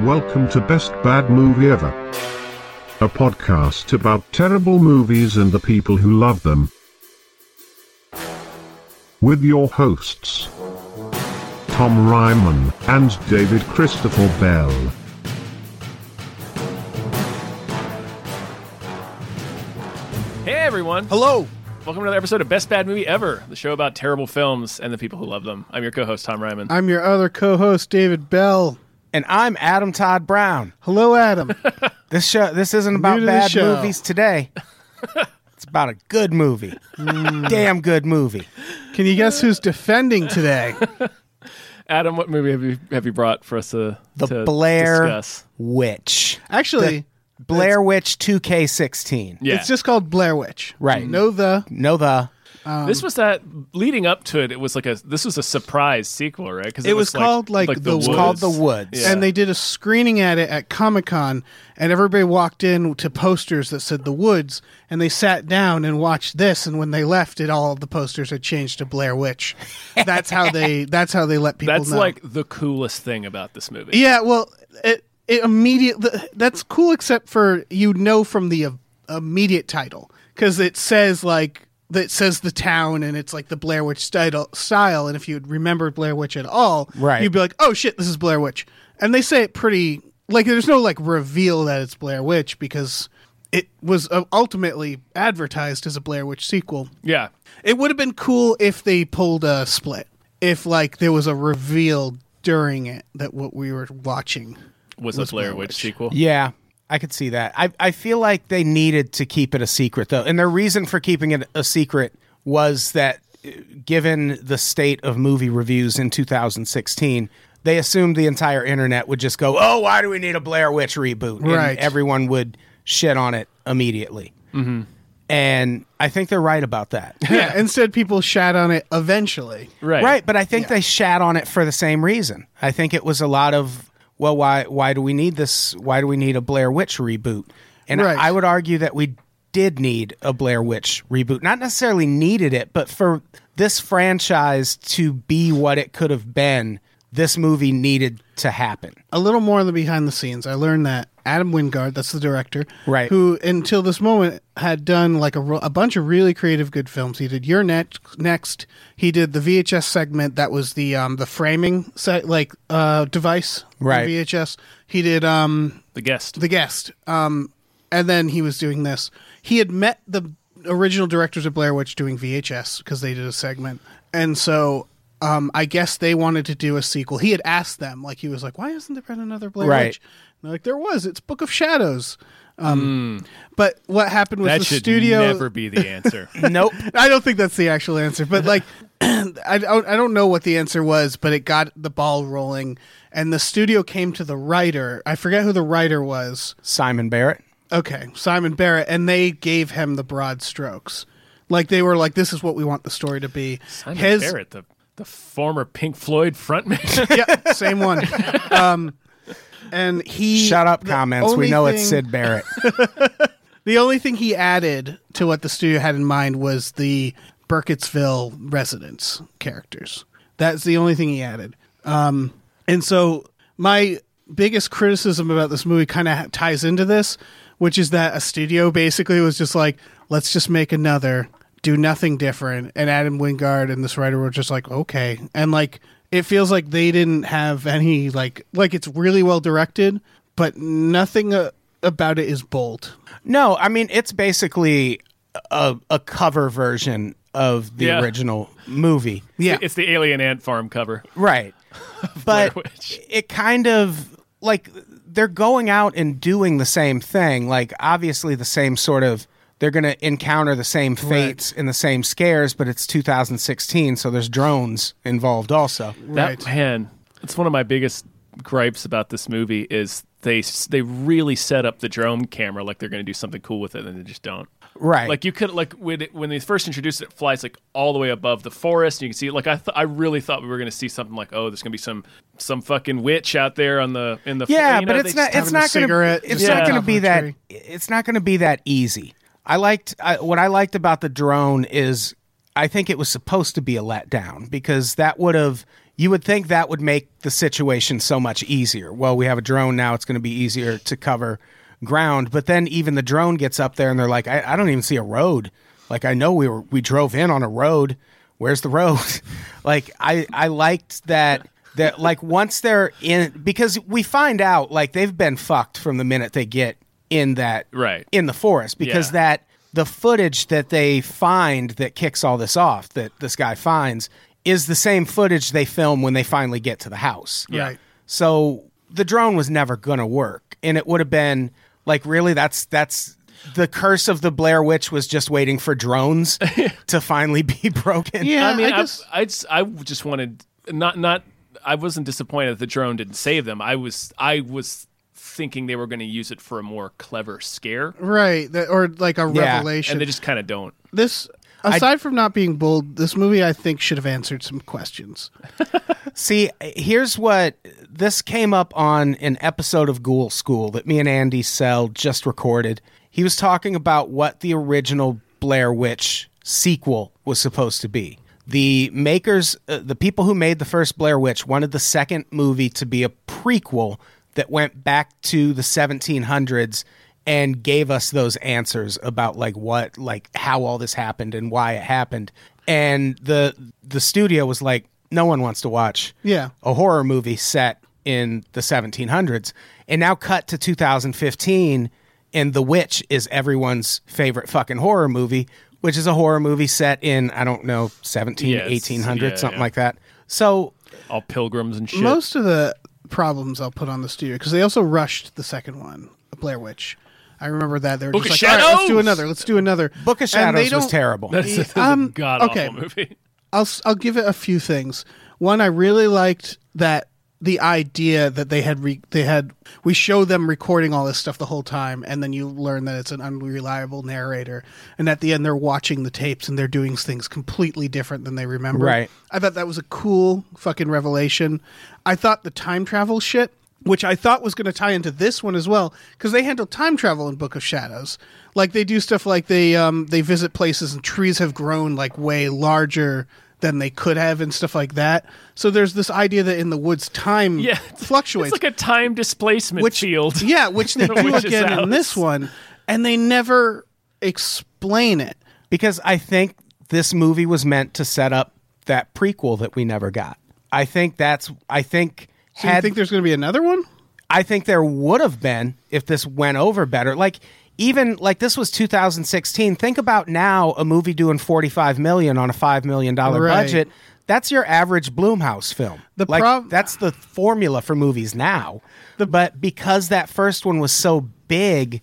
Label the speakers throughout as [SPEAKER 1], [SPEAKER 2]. [SPEAKER 1] Welcome to Best Bad Movie Ever, a podcast about terrible movies and the people who love them. With your hosts, Tom Ryman and David Christopher Bell.
[SPEAKER 2] Hey everyone!
[SPEAKER 3] Hello.
[SPEAKER 2] Welcome to another episode of Best Bad Movie Ever, the show about terrible films and the people who love them. I'm your co-host Tom Ryman.
[SPEAKER 3] I'm your other co-host David Bell.
[SPEAKER 4] And I'm Adam Todd Brown.
[SPEAKER 3] Hello, Adam.
[SPEAKER 4] This show this isn't
[SPEAKER 3] to
[SPEAKER 4] about
[SPEAKER 3] the
[SPEAKER 4] bad
[SPEAKER 3] show.
[SPEAKER 4] movies today. it's about a good movie.
[SPEAKER 3] Mm.
[SPEAKER 4] Damn good movie.
[SPEAKER 3] Can you guess who's defending today?
[SPEAKER 2] Adam, what movie have you have you brought for us to
[SPEAKER 4] The
[SPEAKER 2] to
[SPEAKER 4] Blair
[SPEAKER 2] discuss?
[SPEAKER 4] Witch.
[SPEAKER 3] Actually,
[SPEAKER 4] Blair Witch 2K16.
[SPEAKER 2] Yeah,
[SPEAKER 3] it's just called Blair Witch.
[SPEAKER 4] Right.
[SPEAKER 3] No, the
[SPEAKER 4] No the
[SPEAKER 3] um,
[SPEAKER 2] this was that leading up to it. It was like a this was a surprise sequel, right? Because
[SPEAKER 3] It was called, like, The- it was
[SPEAKER 4] called The Woods.
[SPEAKER 2] Yeah.
[SPEAKER 3] and they did a screening at it at Comic Con, and everybody walked in to posters that said The Woods, and they sat down and watched this. And when they left, it all the posters had changed to Blair Witch. That's how they. That's how they let people.
[SPEAKER 2] That's
[SPEAKER 3] know.
[SPEAKER 2] like the coolest thing about this movie.
[SPEAKER 3] Yeah, well, it it immediately that's cool, except for you know from the uh, immediate title because it says like that says the town and it's like the Blair Witch style, style. And if you remember Blair Witch at all,
[SPEAKER 4] Right.
[SPEAKER 3] you'd be like, oh shit, this is Blair Witch. And they say it pretty like there's no like reveal that it's Blair Witch because it was uh, ultimately advertised as a Blair Witch sequel.
[SPEAKER 2] yeah.
[SPEAKER 3] It would have been cool if they pulled a split. If like there was a reveal during it that what we were watching.
[SPEAKER 2] Was, a Blair Witch sequel?
[SPEAKER 4] Yeah. I could see that. I, I feel like they needed to keep it a secret though. And their reason for keeping it a secret was that uh, given the state of movie reviews in 2016, they assumed the entire internet would just go, "Oh, why do we need a Blair Witch reboot?" And
[SPEAKER 3] Right.
[SPEAKER 4] everyone would shit on it immediately. And I think they're right about that.
[SPEAKER 3] Yeah. Instead, people shat on it eventually.
[SPEAKER 2] Right.
[SPEAKER 4] Right, but I think they shat on it for the same reason. I think it was a lot of, well, why why do we need this? Why do we need a Blair Witch reboot? And
[SPEAKER 3] Right.
[SPEAKER 4] I would argue that we did need a Blair Witch reboot. Not necessarily needed it, but for this franchise to be what it could have been, this movie needed to happen.
[SPEAKER 3] A little more on the behind the scenes. I learned that Adam Wingard, that's the director,
[SPEAKER 4] Right.
[SPEAKER 3] Who until this moment had done like a, ro- a bunch of really creative, good films. He did Your Next. Next, he did the VHS segment that was the um the framing set like uh device on
[SPEAKER 4] Right.
[SPEAKER 3] VHS. He did um
[SPEAKER 2] The guest.
[SPEAKER 3] the guest. Um, and then he was doing this. He had met the original directors of Blair Witch doing VHS because they did a segment, and so um, I guess they wanted to do a sequel. He had asked them, like he was like, "Why isn't there been another Blair
[SPEAKER 4] Right.
[SPEAKER 3] Witch?" And they're like, "There was. It's Book of Shadows." Um, But what happened was
[SPEAKER 2] Hmm. that
[SPEAKER 3] the
[SPEAKER 2] should
[SPEAKER 3] studio
[SPEAKER 2] never be the answer.
[SPEAKER 4] Nope.
[SPEAKER 3] I don't think that's the actual answer, but like, I don't, I don't know what the answer was, but it got the ball rolling, and the studio came to the writer. I forget who the writer was.
[SPEAKER 4] Simon Barrett.
[SPEAKER 3] Okay, Simon Barrett, and they gave him the broad strokes. Like they were like, "This is what we want the story to be."
[SPEAKER 2] Simon Barrett, the the former Pink Floyd frontman.
[SPEAKER 3] yeah, same one. Um, and he
[SPEAKER 4] Shut up,
[SPEAKER 3] the
[SPEAKER 4] comments. We
[SPEAKER 3] only
[SPEAKER 4] know it's
[SPEAKER 3] thing-
[SPEAKER 4] Sid Barrett.
[SPEAKER 3] The only thing he added to what the studio had in mind was the Burkittsville residents characters. That's the only thing he added. Um, and so my biggest criticism about this movie kind of ties into this, which is that a studio basically was just like, let's just make another, do nothing different. And Adam Wingard and this writer were just like, okay. And like, it feels like they didn't have any like like it's really well directed, but nothing uh, about it is bold.
[SPEAKER 4] No, I mean it's basically a, a cover version of the
[SPEAKER 2] Yeah.
[SPEAKER 4] original movie.
[SPEAKER 3] Yeah.
[SPEAKER 2] it's the Alien Ant Farm cover.
[SPEAKER 4] Right.
[SPEAKER 2] Blair
[SPEAKER 4] But
[SPEAKER 2] Witch.
[SPEAKER 4] it kind of like they're going out and doing the same thing. Like obviously the same sort of they're going to encounter the same fates and the same scares, but it's 2016, so there's drones involved also.
[SPEAKER 2] That
[SPEAKER 3] Right.
[SPEAKER 2] man, it's one of my biggest gripes about this movie is they they really set up the drone camera like they're going to do something cool with it, and they just don't.
[SPEAKER 4] Right.
[SPEAKER 2] Like you could like when it, when they first introduced it, it flies like all the way above the forest, and you can see it. Like I th- I really thought we were going to see something like oh, there's going to be some some fucking witch out there on the in the
[SPEAKER 4] Yeah,
[SPEAKER 2] you know,
[SPEAKER 4] but
[SPEAKER 2] they
[SPEAKER 4] it's not.
[SPEAKER 2] just-
[SPEAKER 3] having
[SPEAKER 4] It's
[SPEAKER 3] a
[SPEAKER 4] not going to.
[SPEAKER 3] cigarette,
[SPEAKER 4] It's
[SPEAKER 2] on
[SPEAKER 3] just
[SPEAKER 4] not
[SPEAKER 2] top
[SPEAKER 4] going
[SPEAKER 3] of
[SPEAKER 4] to be
[SPEAKER 3] a
[SPEAKER 4] that.
[SPEAKER 3] tree.
[SPEAKER 4] It's not going to be that easy. I liked I, what I liked about the drone is I think it was supposed to be a letdown because that would have You would think that would make the situation so much easier. Well, we have a drone now, it's going to be easier to cover ground. But then even the drone gets up there and they're like, I, I don't even see a road. Like I know we were we drove in on a road. Where's the road? like I I liked that that like once they're in because we find out like they've been fucked from the minute they get in that
[SPEAKER 2] Right.
[SPEAKER 4] in the forest because
[SPEAKER 2] Yeah.
[SPEAKER 4] that the footage that they find that kicks all this off that this guy finds is the same footage they film when they finally get to the house.
[SPEAKER 2] Yeah.
[SPEAKER 3] Right.
[SPEAKER 4] So the drone was never going to work and it would have been like really that's that's the curse of the Blair Witch was just waiting for drones to finally be broken.
[SPEAKER 3] Yeah,
[SPEAKER 2] I mean,
[SPEAKER 3] I
[SPEAKER 2] I,
[SPEAKER 3] guess-
[SPEAKER 2] I, just- I just wanted not not. I wasn't disappointed that the drone didn't save them. I was I was thinking they were going to use it for a more clever scare,
[SPEAKER 3] right? That, or like a
[SPEAKER 4] Yeah,
[SPEAKER 3] revelation.
[SPEAKER 2] and they just kind of don't.
[SPEAKER 3] this, aside from not being bold, this movie I think should have answered some questions.
[SPEAKER 4] See, here's what this came up on an episode of Ghoul School that me and Andy Sell just recorded. He was talking about what the original Blair Witch sequel was supposed to be. The makers, uh, the people who made the first Blair Witch, wanted the second movie to be a prequel that went back to the 1700s and gave us those answers about like what like how all this happened and why it happened and the the studio was like no one wants to watch
[SPEAKER 3] Yeah.
[SPEAKER 4] a horror movie set in the 1700s and now cut to 2015 and the witch is everyone's favorite fucking horror movie which is a horror movie set in i don't know 17
[SPEAKER 2] Yeah, it's-
[SPEAKER 4] 1800
[SPEAKER 2] yeah,
[SPEAKER 4] something
[SPEAKER 2] yeah.
[SPEAKER 4] like that so
[SPEAKER 2] All pilgrims and shit.
[SPEAKER 3] Most of the problems I'll put on the studio because they also rushed the second one, Blair Witch. I remember that they were
[SPEAKER 2] Book
[SPEAKER 3] just
[SPEAKER 2] of
[SPEAKER 3] like, "All right, let's do
[SPEAKER 2] Shadows!"
[SPEAKER 3] another, let's do another.
[SPEAKER 4] book of
[SPEAKER 3] And they
[SPEAKER 4] shadows was
[SPEAKER 3] don't-
[SPEAKER 4] terrible
[SPEAKER 2] that's, that's a
[SPEAKER 3] um,
[SPEAKER 2] god awful
[SPEAKER 3] okay.
[SPEAKER 2] movie.
[SPEAKER 3] I'll s- I'll give it a few things. One, I really liked that the idea that they had re- they had we show them recording all this stuff the whole time, and then you learn that it's an unreliable narrator, and at the end they're watching the tapes and they're doing things completely different than they remember.
[SPEAKER 4] Right.
[SPEAKER 3] I thought that was a cool fucking revelation. I thought the time travel shit, which I thought was going to tie into this one as well, because they handle time travel in Book of Shadows. Like they do stuff like they um, they visit places and trees have grown like way larger than they could have and stuff like that. So there's this idea that in the woods time
[SPEAKER 2] Yeah,
[SPEAKER 3] fluctuates.
[SPEAKER 2] It's like a time displacement
[SPEAKER 3] which
[SPEAKER 2] field.
[SPEAKER 3] yeah, which they do
[SPEAKER 2] witch's
[SPEAKER 3] again in
[SPEAKER 2] house.
[SPEAKER 3] this one, and they never explain it.
[SPEAKER 4] because I think this movie was meant to set up that prequel that we never got. I think that's I think
[SPEAKER 3] Do you
[SPEAKER 4] had
[SPEAKER 3] think there's going to be another one?
[SPEAKER 4] I think there would have been if this went over better. Like even like this was 2016. Think about now a movie doing 45 million on a 5 million dollar
[SPEAKER 3] Right.
[SPEAKER 4] budget. That's your average Bloomhouse film.
[SPEAKER 3] The
[SPEAKER 4] like,
[SPEAKER 3] prob-
[SPEAKER 4] that's the formula for movies now. but because that first one was so big,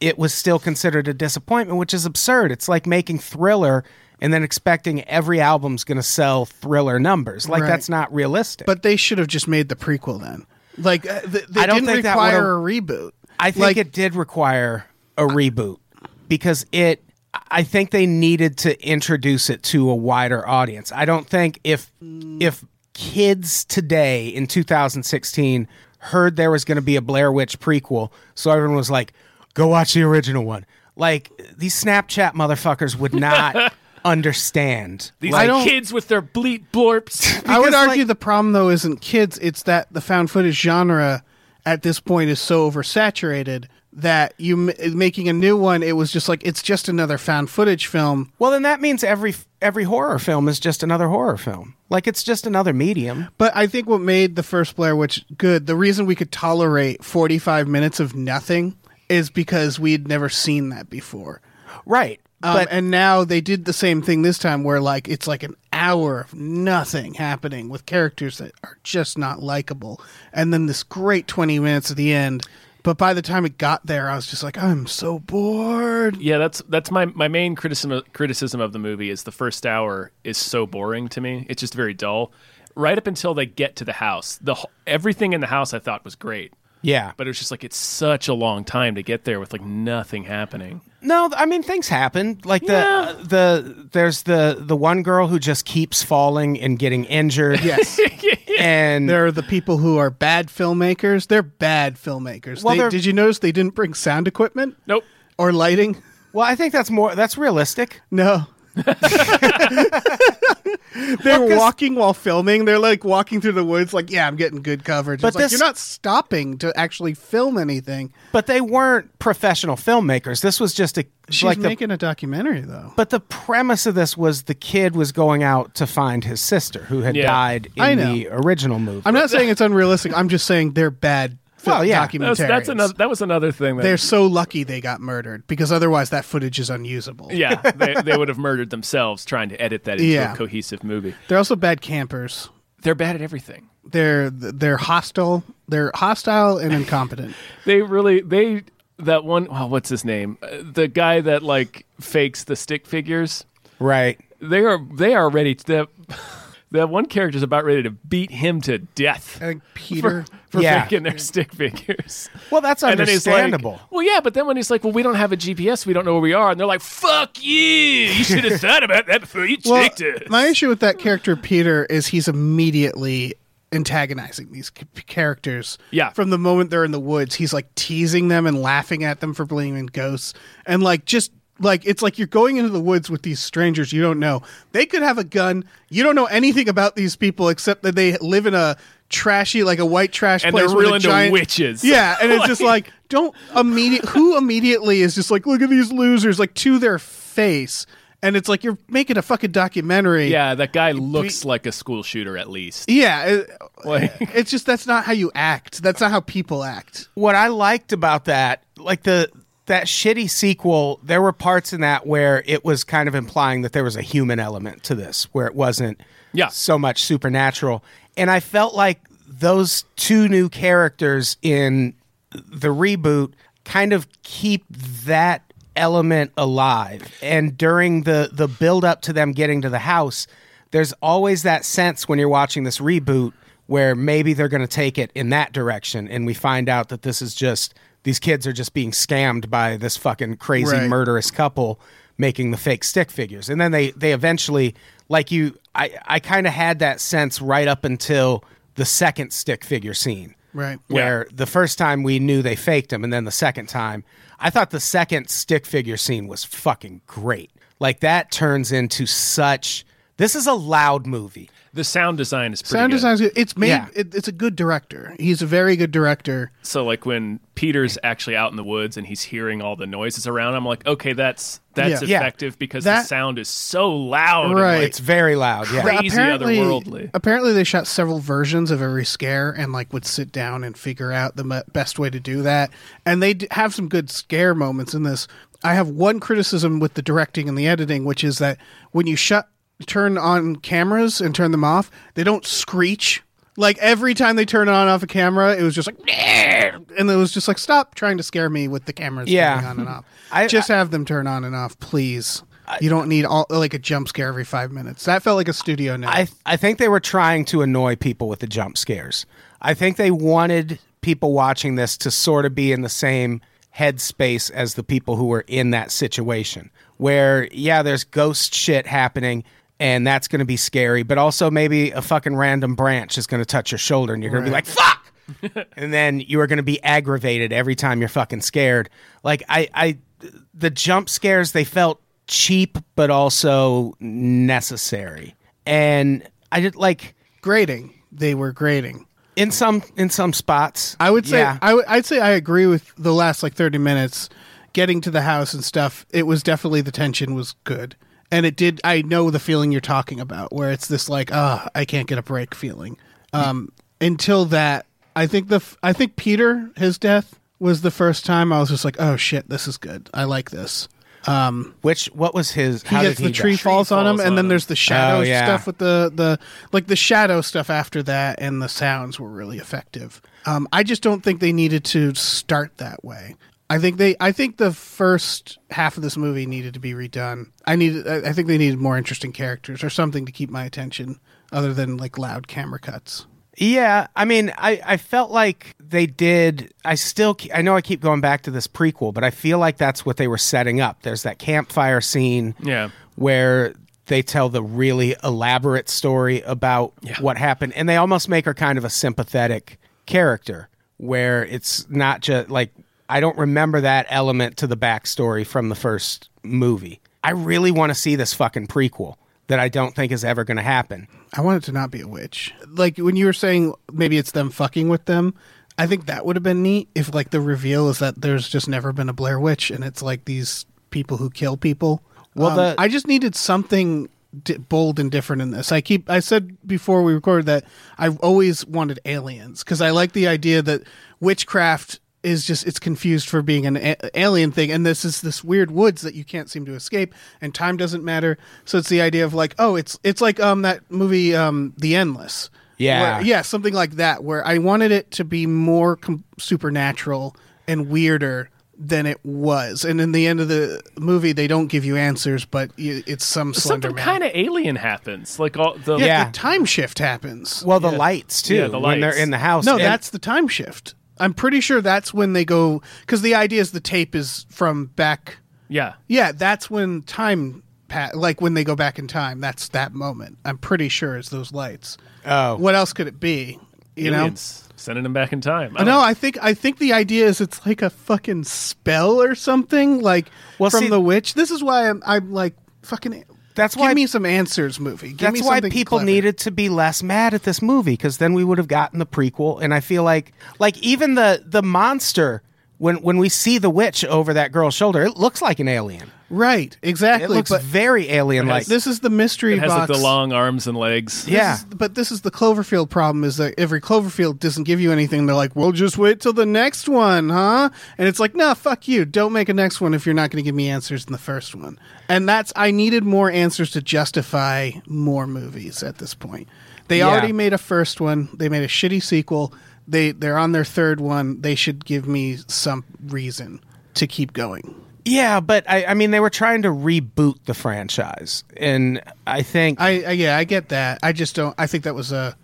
[SPEAKER 4] it was still considered a disappointment, which is absurd. It's like making Thriller and then expecting every album's going to sell Thriller numbers. Like
[SPEAKER 3] Right.
[SPEAKER 4] that's not realistic.
[SPEAKER 3] But they should have just made the prequel then. Like uh, th- they
[SPEAKER 4] I don't
[SPEAKER 3] didn't
[SPEAKER 4] think that
[SPEAKER 3] require a reboot.
[SPEAKER 4] I think
[SPEAKER 3] Like-
[SPEAKER 4] it did require a reboot because it. I think they needed to introduce it to a wider audience. I don't think if if kids today in 2016 heard there was going to be a Blair Witch prequel, so everyone was like, "Go watch the original one." Like these Snapchat motherfuckers would not understand.
[SPEAKER 2] These
[SPEAKER 3] I don't-
[SPEAKER 2] kids with their bleep blorps.
[SPEAKER 3] I would
[SPEAKER 4] because,
[SPEAKER 3] argue
[SPEAKER 4] like-
[SPEAKER 3] the problem though isn't kids; it's that the found footage genre at this point is so oversaturated that you m- making a new one. It was just like it's just another found footage film.
[SPEAKER 4] Well, then that means every every horror film is just another horror film. Like it's just another medium.
[SPEAKER 3] But I think what made the first Blair Witch good, the reason we could tolerate forty five minutes of nothing, is because we'd never seen that before.
[SPEAKER 4] Right.
[SPEAKER 3] Um,
[SPEAKER 4] but
[SPEAKER 3] and now they did the same thing this time, where like it's like an hour of nothing happening with characters that are just not likable, and then this great twenty minutes at the end. But by the time it got there, I was just like, I'm so bored.
[SPEAKER 2] yeah, that's that's my my main criticism criticism of the movie is the first hour is so boring to me. It's just very dull. Right up until they get to the house, the wh- everything in the house I thought was great,
[SPEAKER 4] yeah.
[SPEAKER 2] but it was just like it's such a long time to get there with like nothing happening.
[SPEAKER 4] No, I mean things happen. Like the uh,
[SPEAKER 2] Yeah.
[SPEAKER 4] the there's the the one girl who just keeps falling and getting injured.
[SPEAKER 3] Yes,
[SPEAKER 4] and
[SPEAKER 3] there are the people who are bad filmmakers. They're bad filmmakers.
[SPEAKER 4] Well,
[SPEAKER 3] They-
[SPEAKER 4] they're-
[SPEAKER 3] did you notice they didn't bring sound equipment
[SPEAKER 2] Nope.
[SPEAKER 3] or lighting?
[SPEAKER 4] well, I think that's more that's realistic.
[SPEAKER 3] No. They're walking while filming. They're like walking through the woods, like, yeah, I'm getting good coverage.
[SPEAKER 4] But
[SPEAKER 3] it's like,
[SPEAKER 4] this-
[SPEAKER 3] you're not stopping to actually film anything.
[SPEAKER 4] But they weren't professional filmmakers. This was just a
[SPEAKER 3] She's
[SPEAKER 4] like the
[SPEAKER 3] making a documentary, though.
[SPEAKER 4] But the premise of this was the kid was going out to find his sister who had
[SPEAKER 2] Yeah.
[SPEAKER 4] died
[SPEAKER 3] I
[SPEAKER 4] in
[SPEAKER 3] know.
[SPEAKER 4] the original movie.
[SPEAKER 3] I'm not saying it's unrealistic. I'm just saying they're bad fil-
[SPEAKER 4] Well, yeah.
[SPEAKER 3] documentaries.
[SPEAKER 2] That's, that's another. That was another thing. That,
[SPEAKER 3] They're so lucky they got murdered because otherwise that footage is unusable.
[SPEAKER 2] yeah, they, they would have murdered themselves trying to edit that into
[SPEAKER 3] Yeah.
[SPEAKER 2] a cohesive movie.
[SPEAKER 3] They're also bad campers.
[SPEAKER 2] They're bad at everything.
[SPEAKER 3] They're they're hostile. They're hostile and incompetent.
[SPEAKER 2] They really they that one. Oh, what's his name? Uh, The guy that like fakes the stick figures.
[SPEAKER 4] right.
[SPEAKER 2] They are they are ready. To, that that one character's about ready to beat him to death.
[SPEAKER 3] I think Peter.
[SPEAKER 2] for
[SPEAKER 4] Yeah.
[SPEAKER 2] making their stick figures.
[SPEAKER 4] Well, that's
[SPEAKER 2] And then he's like,
[SPEAKER 4] understandable.
[SPEAKER 2] well, yeah, but then when he's like, well, we don't have a GPS, we don't know where we are, and they're like, fuck you, you should have thought about that before you
[SPEAKER 3] well,
[SPEAKER 2] checked it.
[SPEAKER 3] my issue with that character Peter is he's immediately antagonizing these c- characters.
[SPEAKER 2] Yeah.
[SPEAKER 3] From the moment they're in the woods, he's like teasing them and laughing at them for believing in ghosts, and like just like it's like you're going into the woods with these strangers you don't know. They could have a gun. You don't know anything about these people except that they live in a trashy like a white trash
[SPEAKER 2] And
[SPEAKER 3] place
[SPEAKER 2] they're
[SPEAKER 3] with
[SPEAKER 2] real
[SPEAKER 3] a
[SPEAKER 2] into
[SPEAKER 3] giant-
[SPEAKER 2] witches.
[SPEAKER 3] yeah and it's just like don't immediate who immediately is just like look at these losers like to their face and it's like you're making a fucking documentary
[SPEAKER 2] yeah, that guy looks like a school shooter at least.
[SPEAKER 3] yeah it-
[SPEAKER 2] Like,
[SPEAKER 3] it's just that's not how you act that's not how people act
[SPEAKER 4] what I liked about that, like the that shitty sequel, there were parts in that where it was kind of implying that there was a human element to this, where it wasn't
[SPEAKER 2] Yeah.
[SPEAKER 4] so much supernatural. And I felt like those two new characters in the reboot kind of keep that element alive. And during the the build up to them getting to the house, there's always that sense when you're watching this reboot where maybe they're going to take it in that direction and we find out that this is just these kids are just being scammed by this fucking crazy
[SPEAKER 3] Right.
[SPEAKER 4] murderous couple making the fake stick figures and then they they eventually like you i i kind of had that sense right up until the second stick figure scene
[SPEAKER 3] right
[SPEAKER 4] where the first time we knew they faked him and then the second time i thought the second stick figure scene was fucking great like that turns into such this is a loud movie
[SPEAKER 2] the sound design is pretty
[SPEAKER 3] sound
[SPEAKER 2] good.
[SPEAKER 3] design's good. it's made
[SPEAKER 4] Yeah.
[SPEAKER 3] it, it's a good director he's a very good director
[SPEAKER 2] So like when Peter's actually out in the woods and he's hearing all the noises around, I'm like, okay, that's that's
[SPEAKER 3] Yeah.
[SPEAKER 4] Yeah.
[SPEAKER 2] effective because
[SPEAKER 3] That-
[SPEAKER 2] the sound is so loud. and,
[SPEAKER 3] Right.
[SPEAKER 2] like,
[SPEAKER 4] it's very loud yeah
[SPEAKER 2] Crazy otherworldly.
[SPEAKER 3] Apparently, they shot several versions of every scare and like would sit down and figure out the me- best way to do that. And they d- have some good scare moments in this. I have one criticism with the directing and the editing, which is that when you shut turn on cameras and turn them off, they don't screech. Like every time they turn on and off a camera, it was just like, and it was just like, stop trying to scare me with the cameras
[SPEAKER 4] Yeah.
[SPEAKER 3] turning on and off.
[SPEAKER 4] I-
[SPEAKER 3] just have them turn on and off, please. you don't need all like a jump scare every five minutes. That felt like a studio now.
[SPEAKER 4] I I think they were trying to annoy people with the jump scares. I think they wanted people watching this to sort of be in the same headspace as the people who were in that situation where yeah, there's ghost shit happening and that's going to be scary, but also maybe a fucking random branch is going to touch your shoulder and you're going to be like fuck and then you are going to be aggravated every time you're fucking scared. Like I, I, the jump scares they felt cheap but also necessary, and I did like
[SPEAKER 3] grading. They were grading.
[SPEAKER 4] in some in some spots.
[SPEAKER 3] I would say
[SPEAKER 4] yeah,
[SPEAKER 3] I would I'd say I agree with the last like 30 minutes getting to the house and stuff. It was definitely the tension was good. And it did I know the feeling you're talking about where it's this like ah I can't get a break feeling. Um until that I think the f- I think Peter his death was the first time I was just like oh shit this is good. I like this.
[SPEAKER 4] which what was his?
[SPEAKER 3] he
[SPEAKER 4] how
[SPEAKER 3] gets
[SPEAKER 4] did
[SPEAKER 3] the
[SPEAKER 4] he
[SPEAKER 3] tree
[SPEAKER 4] die?
[SPEAKER 3] falls on him,
[SPEAKER 2] falls
[SPEAKER 3] and
[SPEAKER 2] on
[SPEAKER 3] then
[SPEAKER 2] him.
[SPEAKER 3] there's the shadow
[SPEAKER 4] Oh, yeah.
[SPEAKER 3] stuff with the the like the shadow stuff after that, and the sounds were really effective. Um, I just don't think they needed to start that way. I think they I think the first half of this movie needed to be redone. I needed I I think they needed more interesting characters or something to keep my attention other than like loud camera cuts.
[SPEAKER 4] Yeah, I mean, I, I felt like they did. I still, ke- I know I keep going back to this prequel, but I feel like that's what they were setting up. There's that campfire scene,
[SPEAKER 2] Yeah.
[SPEAKER 4] where they tell the really elaborate story about what happened, and they almost make her kind of a sympathetic character, where it's not just like I don't remember that element to the backstory from the first movie. I I really want to see this fucking prequel that I don't think is ever going to happen.
[SPEAKER 3] I want it to not be a witch. Like when you were saying maybe it's them fucking with them, I think that would have been neat if like the reveal is that there's just never been a Blair Witch and it's like these people who kill people.
[SPEAKER 4] Well,
[SPEAKER 3] Um,
[SPEAKER 4] the-
[SPEAKER 3] I just needed something di bold and different in this. I keep I said before we recorded that I've always wanted aliens because I like the idea that witchcraft is just it's confused for being an a- alien thing and this is this weird woods that you can't seem to escape and time doesn't matter so it's the idea of like oh it's it's like um that movie um the endless
[SPEAKER 4] Yeah.
[SPEAKER 3] where- yeah something like that where i wanted it to be more com- supernatural and weirder than it was and in the end of the movie they don't give you answers but y it's some slender
[SPEAKER 2] Something kind of alien happens. Like all the
[SPEAKER 4] Yeah.
[SPEAKER 3] the time shift happens
[SPEAKER 4] Well, the lights too.
[SPEAKER 2] Yeah, the
[SPEAKER 4] When they're
[SPEAKER 2] lights.
[SPEAKER 4] in the house.
[SPEAKER 3] no
[SPEAKER 4] And-
[SPEAKER 3] that's the time shift i'm pretty sure that's when they go because the idea is the tape is from back
[SPEAKER 2] yeah.
[SPEAKER 3] yeah that's when time pa- like when they go back in time that's that moment i'm pretty sure it's those lights
[SPEAKER 4] Oh.
[SPEAKER 3] what else could it be you know
[SPEAKER 2] aliens sending them back in time.
[SPEAKER 4] Oh.
[SPEAKER 2] I
[SPEAKER 3] No,
[SPEAKER 2] don't-
[SPEAKER 3] I think I think the idea is it's like a fucking spell or something like
[SPEAKER 4] Well,
[SPEAKER 3] from
[SPEAKER 4] see-
[SPEAKER 3] the witch. This is why I'm I'm like fucking.
[SPEAKER 4] That's
[SPEAKER 3] give
[SPEAKER 4] why-
[SPEAKER 3] me some answers, movie. Give me
[SPEAKER 4] that's why
[SPEAKER 3] something
[SPEAKER 4] people
[SPEAKER 3] clever.
[SPEAKER 4] needed to be less mad at this movie because then we would have gotten the prequel. And I feel like, like even the the monster when when we see the witch over that girl's shoulder, it looks like an alien.
[SPEAKER 3] right? Exactly.
[SPEAKER 4] It looks
[SPEAKER 3] but
[SPEAKER 4] very alien like.
[SPEAKER 3] this is the mystery
[SPEAKER 2] it has like
[SPEAKER 3] box.
[SPEAKER 2] the long arms and legs.
[SPEAKER 3] This
[SPEAKER 4] yeah,
[SPEAKER 3] is- but this is the Cloverfield problem: is that every Cloverfield doesn't give you anything. They're like, "We'll just wait till the next one, huh?" And it's like, "No, fuck you! Don't make a next one if you're not going to give me answers in the first one." And that's I needed more answers to justify more movies at this point. They
[SPEAKER 4] Yeah.
[SPEAKER 3] already made a first one. They made a shitty sequel. They they're on their third one. They should give me some reason to keep going.
[SPEAKER 4] yeah, but I, I mean, they were trying to reboot the franchise, and I think
[SPEAKER 3] I, I yeah, I get that. I just don't. I think that was a,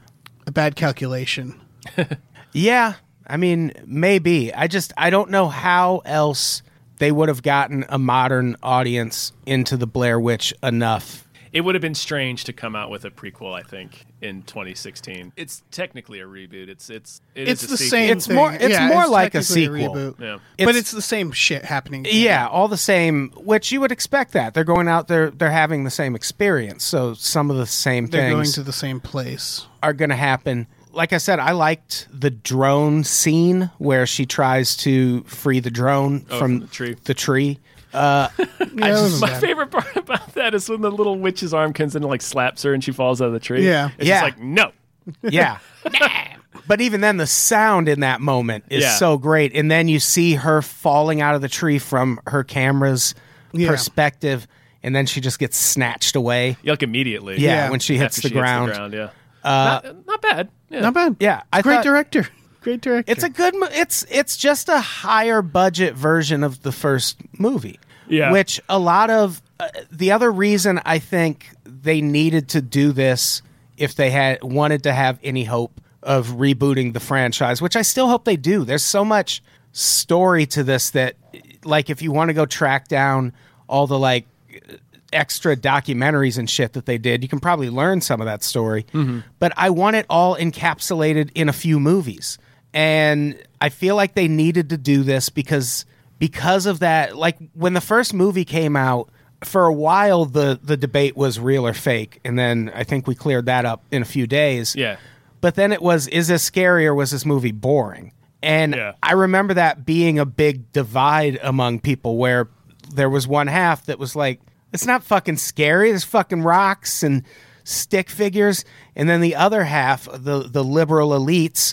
[SPEAKER 3] a bad calculation.
[SPEAKER 4] Yeah, I mean, maybe. I just I don't know how else they would have gotten a modern audience into the Blair Witch enough.
[SPEAKER 2] It would have been strange to come out with a prequel. I think in 2016, it's technically a reboot. It's it's it
[SPEAKER 3] it's
[SPEAKER 2] is a
[SPEAKER 3] the
[SPEAKER 2] sequel.
[SPEAKER 3] same.
[SPEAKER 4] It's
[SPEAKER 3] thing.
[SPEAKER 4] more- it's
[SPEAKER 3] Yeah,
[SPEAKER 4] more like a
[SPEAKER 3] technically
[SPEAKER 4] sequel.
[SPEAKER 3] reboot.
[SPEAKER 2] Yeah.
[SPEAKER 3] but
[SPEAKER 4] It's-
[SPEAKER 3] it's the same shit happening.
[SPEAKER 4] Yeah, all the same, which you would expect that. They're going out there they're having the same experience. So some of the same
[SPEAKER 3] they're going
[SPEAKER 4] things
[SPEAKER 3] to the same place.
[SPEAKER 4] are going to happen. Like I said, I liked the drone scene where she tries to free the drone from,
[SPEAKER 2] from the tree.
[SPEAKER 4] The tree.
[SPEAKER 3] Yeah, that wasn't
[SPEAKER 2] My
[SPEAKER 3] bad.
[SPEAKER 2] favorite part about that is when the little witch's arm comes in and like slaps her and she falls out of the tree.
[SPEAKER 3] Yeah.
[SPEAKER 2] it's
[SPEAKER 4] Yeah.
[SPEAKER 2] just like no.
[SPEAKER 4] Yeah. but even then, the sound in that moment is
[SPEAKER 2] Yeah.
[SPEAKER 4] so great. And then you see her falling out of the tree from her camera's
[SPEAKER 3] Yeah.
[SPEAKER 4] perspective. And then she just gets snatched away.
[SPEAKER 2] Like immediately.
[SPEAKER 4] Yeah.
[SPEAKER 3] Yeah.
[SPEAKER 4] When she hits,
[SPEAKER 2] After
[SPEAKER 4] the, ground.
[SPEAKER 2] yeah.
[SPEAKER 3] Uh,
[SPEAKER 2] not, not bad. Yeah.
[SPEAKER 3] Not bad.
[SPEAKER 4] Yeah, I
[SPEAKER 3] great
[SPEAKER 4] thought-
[SPEAKER 3] director. Great director.
[SPEAKER 4] It's a good, mo- it's, it's just a higher budget version of the first movie.
[SPEAKER 2] Yeah.
[SPEAKER 4] Which a lot of uh, the other reason I think they needed to do this if they had wanted to have any hope of rebooting the franchise, which I still hope they do. There's so much story to this that like if you want to go track down all the like extra documentaries and shit that they did, you can probably learn some of that story. But I want it all encapsulated in a few movies. And I feel like they needed to do this because because of that like when the first movie came out for a while the the debate was real or fake and then I think we cleared that up in a few days.
[SPEAKER 2] Yeah.
[SPEAKER 4] But then it was is this scary or was this movie boring? And
[SPEAKER 2] Yeah.
[SPEAKER 4] I remember that being a big divide among people where there was one half that was like, it's not fucking scary. There's fucking rocks and stick figures. And then the other half, the, the liberal elites,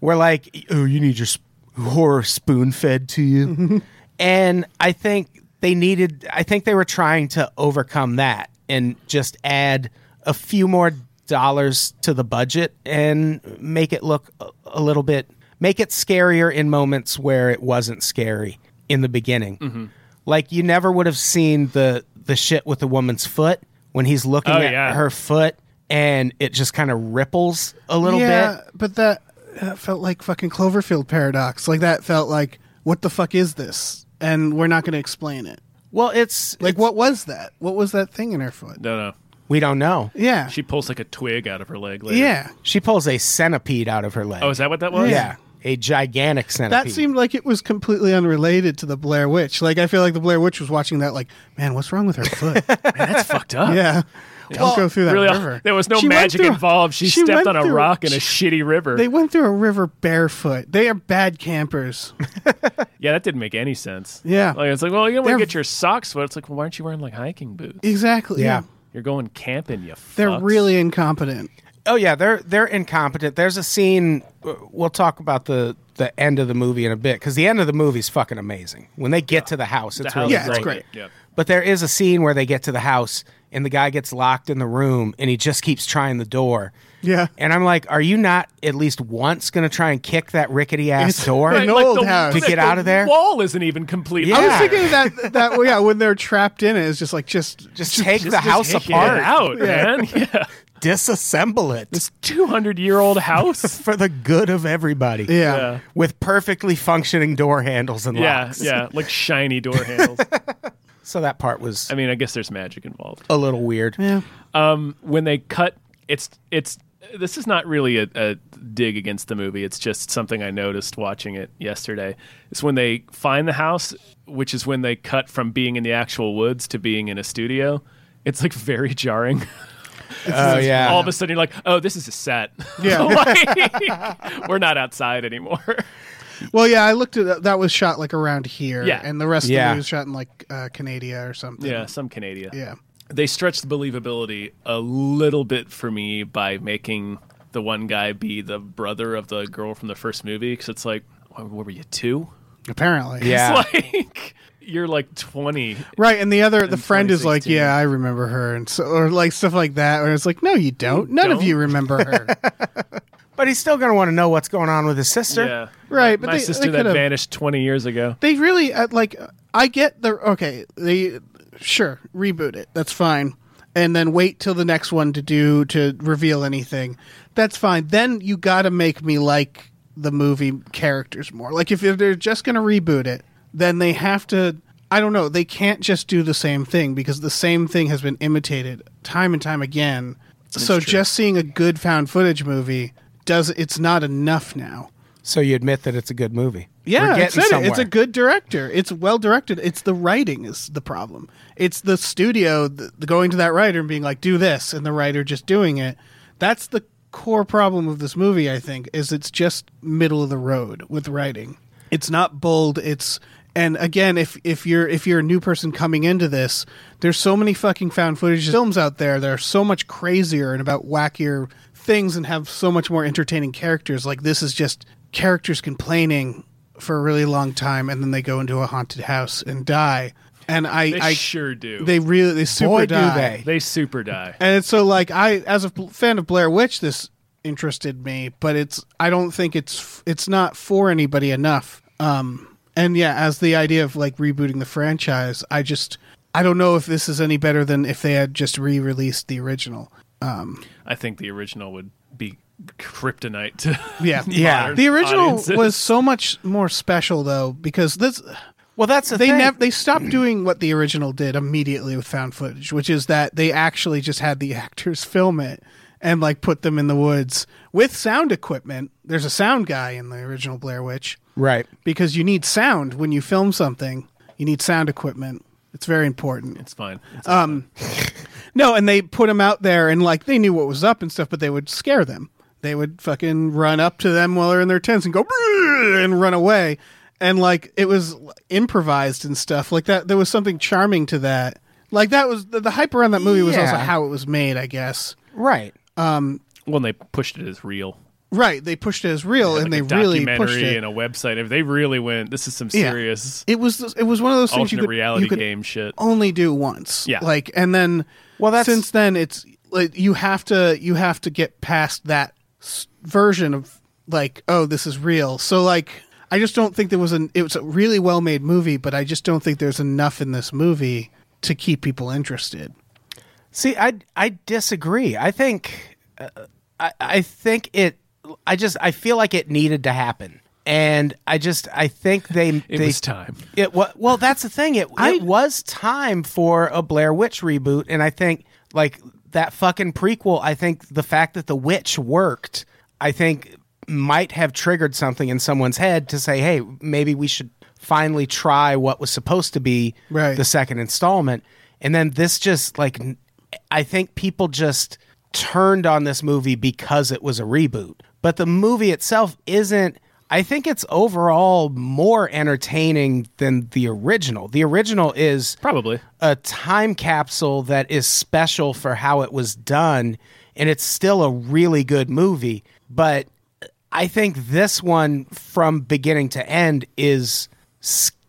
[SPEAKER 4] were like, oh, you need your sp- horror spoon fed to you. and I think they needed, I think they were trying to overcome that and just add a few more dollars to the budget and make it look a- a little bit make it scarier in moments where it wasn't scary in the beginning.
[SPEAKER 2] Mm-hmm.
[SPEAKER 4] Like you never would have seen the the shit with the woman's foot when he's looking
[SPEAKER 2] Oh,
[SPEAKER 4] at
[SPEAKER 2] yeah.
[SPEAKER 4] her foot and it just kind of ripples a little
[SPEAKER 3] yeah,
[SPEAKER 4] bit.
[SPEAKER 3] but that, that felt like fucking Cloverfield paradox. Like that felt like what the fuck is this? And we're not going to explain it.
[SPEAKER 4] Well, it's
[SPEAKER 3] Like what was that? What was that thing in her foot?
[SPEAKER 2] No, no.
[SPEAKER 4] we don't know.
[SPEAKER 3] Yeah,
[SPEAKER 2] She pulls like a twig out of her leg later.
[SPEAKER 3] yeah.
[SPEAKER 4] She pulls a centipede out of her leg.
[SPEAKER 2] Oh, is that what that was?
[SPEAKER 4] yeah. a gigantic centipede.
[SPEAKER 3] That seemed like it was completely unrelated to the Blair Witch. Like I feel like the Blair Witch was watching that. Like, man, what's wrong with her foot?
[SPEAKER 2] Man, that's fucked up.
[SPEAKER 3] yeah, don't go through that
[SPEAKER 2] Really, uh,
[SPEAKER 3] river.
[SPEAKER 2] there was no
[SPEAKER 3] She went
[SPEAKER 2] magic
[SPEAKER 3] through-
[SPEAKER 2] involved. She, stepped
[SPEAKER 3] went
[SPEAKER 2] on a
[SPEAKER 3] through-
[SPEAKER 2] rock in a
[SPEAKER 3] she-
[SPEAKER 2] shitty river.
[SPEAKER 3] They went through a river barefoot. They are bad campers.
[SPEAKER 2] yeah, that didn't make any sense.
[SPEAKER 3] Yeah.
[SPEAKER 2] like it's like, well, you don't want
[SPEAKER 3] They're-
[SPEAKER 2] to get your socks wet. It's like, well, why aren't you wearing like hiking boots?
[SPEAKER 3] exactly.
[SPEAKER 4] Yeah.
[SPEAKER 2] You're going camping, you.
[SPEAKER 3] They're
[SPEAKER 2] fucks.
[SPEAKER 3] really incompetent.
[SPEAKER 4] Oh yeah, they're they're incompetent. There's a scene. uh, We'll talk about the the end of the movie in a bit because the end of the movie is fucking amazing. When they get to the house,
[SPEAKER 2] The
[SPEAKER 4] it's
[SPEAKER 2] house
[SPEAKER 4] really
[SPEAKER 3] Yeah,
[SPEAKER 2] is
[SPEAKER 3] it's
[SPEAKER 2] like-
[SPEAKER 3] great.
[SPEAKER 2] Yeah.
[SPEAKER 4] But there is a scene where they get to the house and the guy gets locked in the room and he just keeps trying the door.
[SPEAKER 3] Yeah.
[SPEAKER 4] And I'm like, are you not at least once going to try and kick that rickety ass
[SPEAKER 3] It's-
[SPEAKER 4] door?
[SPEAKER 3] Right, An old house.
[SPEAKER 4] To get
[SPEAKER 2] the
[SPEAKER 4] out of there?
[SPEAKER 2] Wall isn't even complete.
[SPEAKER 4] Yeah.
[SPEAKER 3] I was thinking that that yeah, when they're trapped in it, it's just like just
[SPEAKER 4] Just take the
[SPEAKER 2] Just
[SPEAKER 4] house
[SPEAKER 2] take it
[SPEAKER 4] apart,
[SPEAKER 2] out, man. Yeah.
[SPEAKER 4] disassemble it
[SPEAKER 2] This 200 year old house.
[SPEAKER 4] for the good of everybody.
[SPEAKER 3] yeah.
[SPEAKER 2] yeah.
[SPEAKER 4] With perfectly functioning door handles and
[SPEAKER 2] Yeah.
[SPEAKER 4] locks.
[SPEAKER 2] Yeah. Like shiny door handles.
[SPEAKER 4] So that part was
[SPEAKER 2] I mean, I guess there's magic involved.
[SPEAKER 4] a little weird.
[SPEAKER 3] Yeah.
[SPEAKER 2] Um, when they cut, it's, it's, this is not really a, a dig against the movie. It's just something I noticed watching it yesterday. It's when they find the house, which is when they cut from being in the actual woods to being in a studio. It's like very jarring.
[SPEAKER 4] Oh yeah.
[SPEAKER 2] all of a sudden you're like, oh, this is a set.
[SPEAKER 3] Yeah.
[SPEAKER 2] Like, we're not outside anymore.
[SPEAKER 3] Well, yeah, I looked at that. That was shot like around here.
[SPEAKER 2] Yeah.
[SPEAKER 3] And the rest of the
[SPEAKER 4] Yeah.
[SPEAKER 3] movie was shot in like uh, Canada or something.
[SPEAKER 2] yeah, some Canada.
[SPEAKER 3] Yeah.
[SPEAKER 2] They stretched the believability a little bit for me by making the one guy be the brother of the girl from the first movie because it's like, what were you, two?
[SPEAKER 3] Apparently.
[SPEAKER 4] Yeah.
[SPEAKER 2] It's like, you're like 20.
[SPEAKER 3] Right, and the other the friend is like,
[SPEAKER 2] 2016.
[SPEAKER 3] yeah, I remember her, and so or like stuff like that, or it's like, no, you don't. None of
[SPEAKER 2] don't?
[SPEAKER 3] you remember her.
[SPEAKER 4] But he's still going to want to know what's going on with his sister.
[SPEAKER 2] Yeah.
[SPEAKER 3] Right, but
[SPEAKER 2] My
[SPEAKER 3] they-
[SPEAKER 2] sister
[SPEAKER 3] they
[SPEAKER 2] that
[SPEAKER 3] could've-
[SPEAKER 2] vanished 20 years ago.
[SPEAKER 3] they really uh, like. I get the okay. They sure reboot it. That's fine, and then wait till the next one to do to reveal anything. That's fine. Then you got to make me like the movie characters more. Like if, if they're just going to reboot it, then they have to. I don't know. They can't just do the same thing because the same thing has been imitated time and time again. so just seeing a good found footage movie does it's not enough now.
[SPEAKER 4] So you admit that it's a good movie.
[SPEAKER 3] Yeah,
[SPEAKER 4] We're
[SPEAKER 3] I
[SPEAKER 4] getting
[SPEAKER 3] said it.
[SPEAKER 4] somewhere.
[SPEAKER 3] it's a good director. It's well directed. It's the writing is the problem. It's the studio th- going to that writer and being like, "Do this," and the writer just doing it. That's the core problem of this movie. I think is it's just middle of the road with writing. It's not bold. It's and again, if if you're if you're a new person coming into this, there's so many fucking found footage films out there that are so much crazier and about wackier things and have so much more entertaining characters. Like this is just characters complaining for a really long time and then they go into a haunted house and die. And I,
[SPEAKER 2] They
[SPEAKER 3] I
[SPEAKER 2] sure do.
[SPEAKER 3] they really they super
[SPEAKER 4] Boy, do
[SPEAKER 3] die.
[SPEAKER 4] they.
[SPEAKER 2] They super die.
[SPEAKER 3] And it's so like I, as a bl- fan of Blair Witch, this interested me, but it's I don't think it's f- it's not for anybody enough. Um, and yeah, as the idea of like rebooting the franchise, I just I don't know if this is any better than if they had just re-released the original.
[SPEAKER 2] I think the original would be kryptonite to
[SPEAKER 3] Yeah,
[SPEAKER 4] Yeah.
[SPEAKER 2] modern
[SPEAKER 3] The original
[SPEAKER 2] audiences.
[SPEAKER 3] was so much more special though because this
[SPEAKER 4] well, that's the
[SPEAKER 3] they
[SPEAKER 4] thing.
[SPEAKER 3] never they stopped doing what the original did immediately with found footage, which is that they actually just had the actors film it and like put them in the woods with sound equipment. There's a sound guy in the original Blair Witch
[SPEAKER 4] right.
[SPEAKER 3] because you need sound when you film something. You need sound equipment. It's very important.
[SPEAKER 2] It's fine. It's
[SPEAKER 3] No, and they put them out there and like they knew what was up and stuff, but they would scare them. They would fucking run up to them while they're in their tents and go "Brrr," and run away. And like it was improvised and stuff like that. There was something charming to that. Like that was the, the hype around that movie was also
[SPEAKER 4] Yeah.
[SPEAKER 3] how it was made, I guess.
[SPEAKER 4] Right.
[SPEAKER 2] when they pushed it as real.
[SPEAKER 3] Right. They pushed it as real and
[SPEAKER 2] like
[SPEAKER 3] they
[SPEAKER 2] a
[SPEAKER 3] really
[SPEAKER 2] documentary
[SPEAKER 3] pushed it.
[SPEAKER 2] and a website. If they really went, this is some
[SPEAKER 3] Yeah.
[SPEAKER 2] serious
[SPEAKER 3] It was it was one of those things you
[SPEAKER 2] alternate
[SPEAKER 3] could,
[SPEAKER 2] reality
[SPEAKER 3] you could
[SPEAKER 2] game shit.
[SPEAKER 3] only do once.
[SPEAKER 2] Yeah.
[SPEAKER 3] Like and then
[SPEAKER 4] Well, that's-
[SPEAKER 3] since then it's like you have to you have to get past that s- version of like oh this is real. So like I just don't think there was an it was a really well made movie, but I just don't think there's enough in this movie to keep people interested.
[SPEAKER 4] See, I I disagree. I think uh, I I think it. I just I feel like it needed to happen, and I just I think they
[SPEAKER 2] It
[SPEAKER 4] they,
[SPEAKER 2] was time.
[SPEAKER 4] It wa- well, that's the thing. It it was time for a Blair Witch reboot, and I think like that fucking prequel. I think the fact that the witch worked. I think might have triggered something in someone's head to say, hey, maybe we should finally try what was supposed to be
[SPEAKER 3] Right.
[SPEAKER 4] the second installment. And then this just like, n- I think people just turned on this movie because it was a reboot. But the movie itself isn't, I think it's overall more entertaining than the original. The original is
[SPEAKER 2] Probably.
[SPEAKER 4] a time capsule that is special for how it was done and it's still a really good movie but i think this one from beginning to end is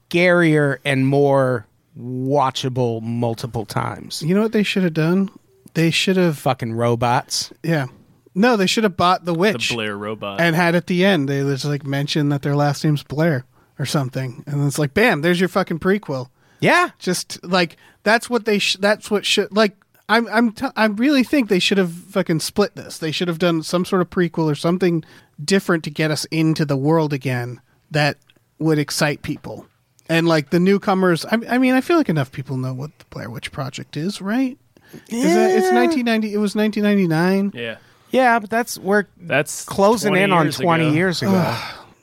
[SPEAKER 4] scarier and more watchable multiple times
[SPEAKER 3] You know what they should have done? They should have.
[SPEAKER 4] fucking robots
[SPEAKER 3] Yeah. No, they should have bought the witch
[SPEAKER 2] Blair robot.
[SPEAKER 3] and had at the end they just like mention that their last name's Blair or something, and it's like, bam, there's your fucking prequel.
[SPEAKER 4] yeah
[SPEAKER 3] Just like that's what they. Sh- that's what should like. I'm. I'm. T- I really think they should have fucking split this. They should have done some sort of prequel or something different to get us into the world again that would excite people. And like the newcomers, I, I mean, I feel like enough people know what the Blair Witch Project is, right? Is that- it's 1990. It was 1999.
[SPEAKER 2] yeah.
[SPEAKER 4] yeah but that's we're
[SPEAKER 2] That's
[SPEAKER 4] closing
[SPEAKER 2] 20
[SPEAKER 4] in on
[SPEAKER 2] years
[SPEAKER 4] 20
[SPEAKER 2] ago.
[SPEAKER 4] years ago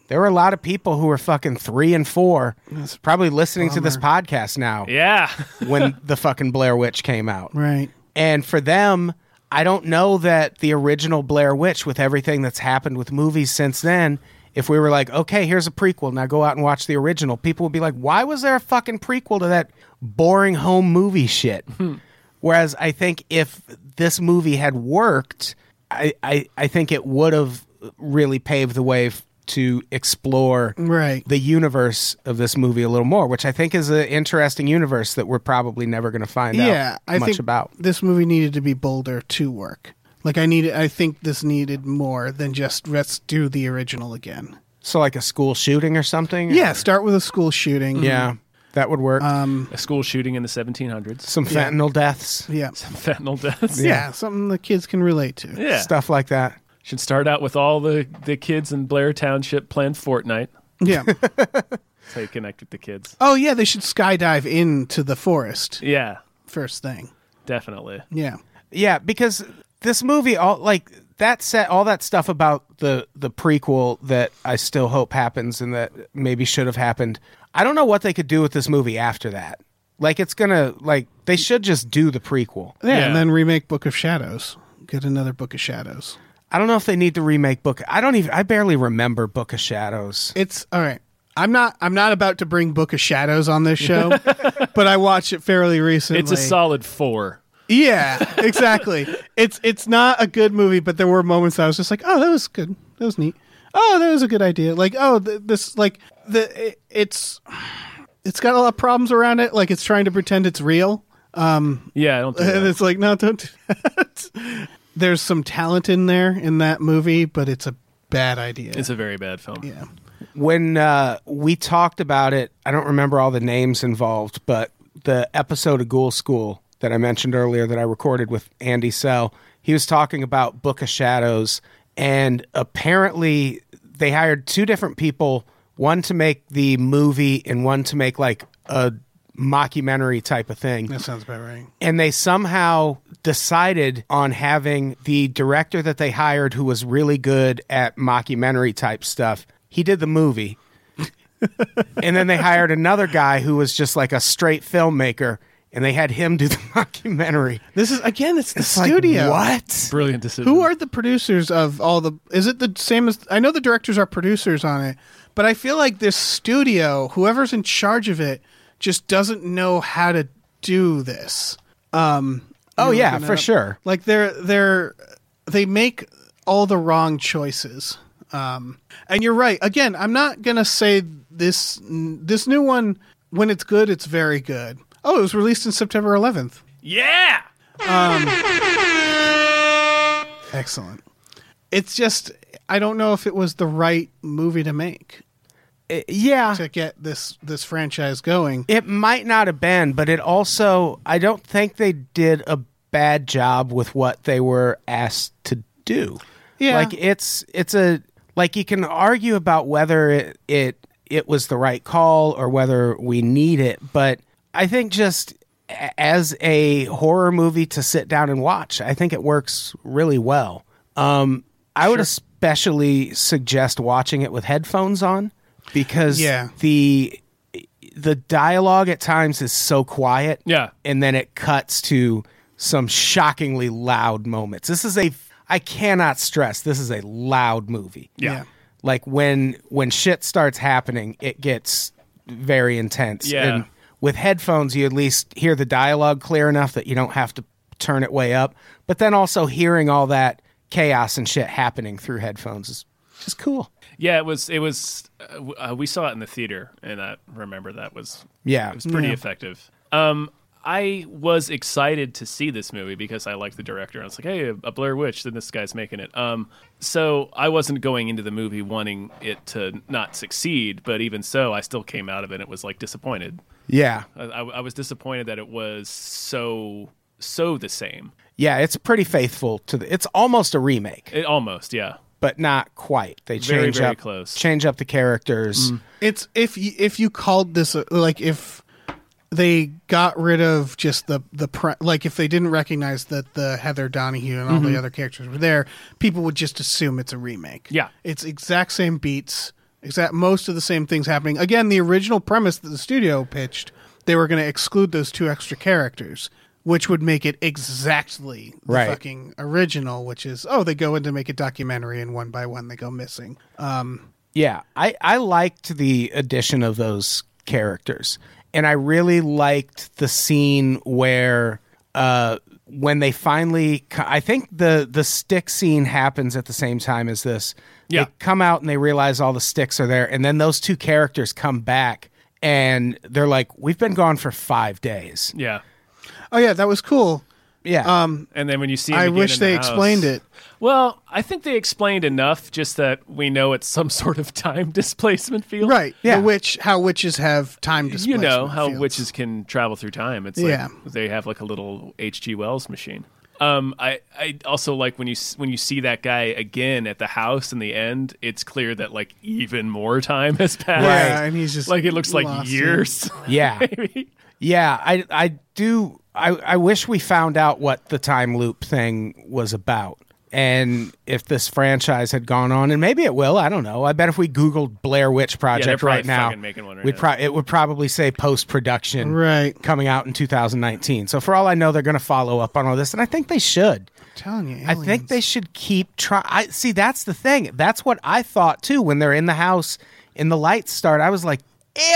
[SPEAKER 4] there were a lot of people who were fucking three and four probably listening to this podcast now
[SPEAKER 2] Yeah.
[SPEAKER 4] when the fucking blair witch came out
[SPEAKER 3] Right.
[SPEAKER 4] And for them, I don't know that the original Blair Witch, with everything that's happened with movies since then, if we were like, okay, here's a prequel, now go out and watch the original, people would be like, why was there a fucking prequel to that boring home movie shit?
[SPEAKER 3] Hmm.
[SPEAKER 4] Whereas I think if this movie had worked, I, I, I think it would have really paved the way f- to explore
[SPEAKER 3] Right.
[SPEAKER 4] the universe of this movie a little more, which I think is an interesting universe that we're probably never going to find
[SPEAKER 3] yeah,
[SPEAKER 4] out
[SPEAKER 3] I
[SPEAKER 4] much
[SPEAKER 3] think
[SPEAKER 4] about.
[SPEAKER 3] this movie needed to be bolder to work. Like I needed, I think this needed more than just let's do the original again.
[SPEAKER 4] So like a school shooting or something?
[SPEAKER 3] Yeah, Uh, start with a school shooting. Um,
[SPEAKER 4] Yeah. That would work.
[SPEAKER 2] a school shooting in the 1700s.
[SPEAKER 4] Some fentanyl deaths.
[SPEAKER 3] yeah,
[SPEAKER 2] Fentanyl deaths.
[SPEAKER 3] yeah, something the kids can relate to.
[SPEAKER 2] Yeah.
[SPEAKER 4] Stuff like that.
[SPEAKER 2] Should start out with all the, the kids in Blair Township playing Fortnite.
[SPEAKER 3] Yeah.
[SPEAKER 2] That's how you connect with the kids.
[SPEAKER 3] oh yeah, they should skydive into the forest
[SPEAKER 2] Yeah,
[SPEAKER 3] first thing.
[SPEAKER 2] definitely.
[SPEAKER 3] Yeah,
[SPEAKER 4] Yeah, because this movie all like that set all that stuff about the the prequel that I still hope happens and that maybe should have happened. I don't know what they could do with this movie after that. Like it's going to like they should just do the prequel.
[SPEAKER 3] yeah,
[SPEAKER 2] Yeah.
[SPEAKER 3] and then remake Book of Shadows. Get another Book of Shadows.
[SPEAKER 4] I don't know if they need to remake Book I don't even I barely remember Book of Shadows.
[SPEAKER 3] It's all right. I'm not. I'm not about to bring Book of Shadows on this show, but I watched it fairly recently.
[SPEAKER 2] It's a solid four.
[SPEAKER 3] Yeah, exactly. it's it's not a good movie, but there were moments that I was just like, oh, that was good. That was neat. Oh, that was a good idea. Like, oh, th- this like the it, it's it's got a lot of problems around it. Like, it's trying to pretend it's real, Um,
[SPEAKER 2] Yeah, I don't do
[SPEAKER 3] and
[SPEAKER 2] that.
[SPEAKER 3] it's like, no, don't. Do that. There's some talent in there in that movie, but it's a bad idea.
[SPEAKER 2] It's a very bad film.
[SPEAKER 3] yeah,
[SPEAKER 4] when uh, we talked about it, I don't remember all the names involved, but the episode of Ghoul School that I mentioned earlier that I recorded with Andy Sell, he was talking about Book of Shadows, and apparently they hired two different people, one to make the movie and one to make like a mockumentary type of thing
[SPEAKER 3] that sounds about right.
[SPEAKER 4] and they somehow decided on having the director that they hired who was really good at mockumentary type stuff he did the movie and then they hired another guy who was just like a straight filmmaker and they had him do the mockumentary
[SPEAKER 3] This is again, it's the
[SPEAKER 4] It's like,
[SPEAKER 3] studio.
[SPEAKER 4] what
[SPEAKER 2] Brilliant decision.
[SPEAKER 3] Who are the producers of all the? Is it the same as? I know the directors are producers on it, but I feel like this studio, whoever's in charge of it, just doesn't know how to do this.
[SPEAKER 4] oh yeah
[SPEAKER 3] looking it
[SPEAKER 4] for
[SPEAKER 3] up.
[SPEAKER 4] sure
[SPEAKER 3] Like they're they're they make all the wrong choices. Um, and you're right. Again, I'm not gonna say this this new one when it's good, it's very good. Oh, it was released in September 11th.
[SPEAKER 2] Yeah.
[SPEAKER 3] Excellent. It's just I don't know if it was the right movie to make.
[SPEAKER 4] Uh, yeah
[SPEAKER 3] to get this this franchise going.
[SPEAKER 4] It might not have been, but it also I don't think they did a bad job with what they were asked to do.
[SPEAKER 3] Yeah.
[SPEAKER 4] Like it's it's a like you can argue about whether it it, it was the right call or whether we need it, but I think just a- as a horror movie to sit down and watch, I think it works really well. Um I would es- especially suggest watching it with headphones on because
[SPEAKER 3] Yeah.
[SPEAKER 4] the the dialogue at times is so quiet.
[SPEAKER 2] Yeah.
[SPEAKER 4] And then it cuts to some shockingly loud moments. This is a I cannot stress this is a loud movie.
[SPEAKER 2] Yeah.
[SPEAKER 4] Like when when shit starts happening, it gets very intense.
[SPEAKER 2] Yeah.
[SPEAKER 4] And with headphones you at least hear the dialogue clear enough that you don't have to turn it way up. But then also hearing all that chaos and shit happening through headphones is just cool.
[SPEAKER 2] Yeah, it was. It was. Uh, w- uh, we saw it in the theater, and I remember that was
[SPEAKER 4] Yeah.
[SPEAKER 2] It was pretty effective. Um, I was excited to see this movie because I liked the director. I was like, hey, a a Blair Witch, then this guy's making it. Um, so I wasn't going into the movie wanting it to not succeed, but even so, I still came out of it and it was like disappointed.
[SPEAKER 4] Yeah.
[SPEAKER 2] I, I, I was disappointed that it was so so the same.
[SPEAKER 4] Yeah, it's pretty faithful to the it's almost a remake.
[SPEAKER 2] It almost, yeah.
[SPEAKER 4] but not quite. They
[SPEAKER 2] Very,
[SPEAKER 4] change
[SPEAKER 2] very
[SPEAKER 4] up,
[SPEAKER 2] close. Mm.
[SPEAKER 4] change up the characters.
[SPEAKER 3] It's if you, if you called this a, like if they got rid of just the the pre- like if they didn't recognize that the Heather Donahue and all the other characters were there, people would just assume it's a remake.
[SPEAKER 2] Yeah.
[SPEAKER 3] it's exact same beats, exact most of the same things happening. Again, the original premise that the studio pitched, they were going to exclude those two extra characters. Which would make it exactly the
[SPEAKER 4] Right.
[SPEAKER 3] fucking original, which is oh they go in to make a documentary and one by one they go missing.
[SPEAKER 4] Yeah, I I liked the addition of those characters, and I really liked the scene where uh when they finally co- I think the the stick scene happens at the same time as this.
[SPEAKER 2] Yeah.
[SPEAKER 4] They come out and they realize all the sticks are there, and then those two characters come back and they're like, "We've been gone for five days."
[SPEAKER 2] Yeah.
[SPEAKER 3] Oh yeah, that was cool.
[SPEAKER 4] Yeah, um,
[SPEAKER 2] And then when you see him
[SPEAKER 3] I
[SPEAKER 2] again
[SPEAKER 3] wish
[SPEAKER 2] in the
[SPEAKER 3] they
[SPEAKER 2] house-
[SPEAKER 3] explained it.
[SPEAKER 2] Well, I think they explained enough just that we know it's some sort of time displacement field.
[SPEAKER 3] Right.
[SPEAKER 4] Yeah.
[SPEAKER 3] The witch how witches have time
[SPEAKER 2] you
[SPEAKER 3] displacement.
[SPEAKER 2] know how
[SPEAKER 3] fields.
[SPEAKER 2] witches can travel through time. It's like
[SPEAKER 3] Yeah.
[SPEAKER 2] they have like a little H.G. Wells machine. Um, I, I also like when you s- when you see that guy again at the house in the end. It's clear that like even more time has passed.
[SPEAKER 3] Yeah, and he's just
[SPEAKER 2] like it looks like
[SPEAKER 3] lost it.
[SPEAKER 2] years.
[SPEAKER 4] yeah.
[SPEAKER 2] Maybe.
[SPEAKER 4] Yeah, I I do I, I wish we found out what the time loop thing was about. And if this franchise had gone on, and maybe it will, I don't know. I bet if we Googled Blair Witch Project
[SPEAKER 2] probably
[SPEAKER 4] right now,
[SPEAKER 2] fucking making one right
[SPEAKER 4] we'd
[SPEAKER 2] now.
[SPEAKER 4] pro- it would probably say post production
[SPEAKER 3] Right.
[SPEAKER 4] coming out in 2019. So for all I know, they're going to follow up on all this, and I think they should.
[SPEAKER 3] I'm telling you.
[SPEAKER 4] I think they should keep trying. I see. That's the thing. That's what I thought too. When they're in the house and the lights start, I was like,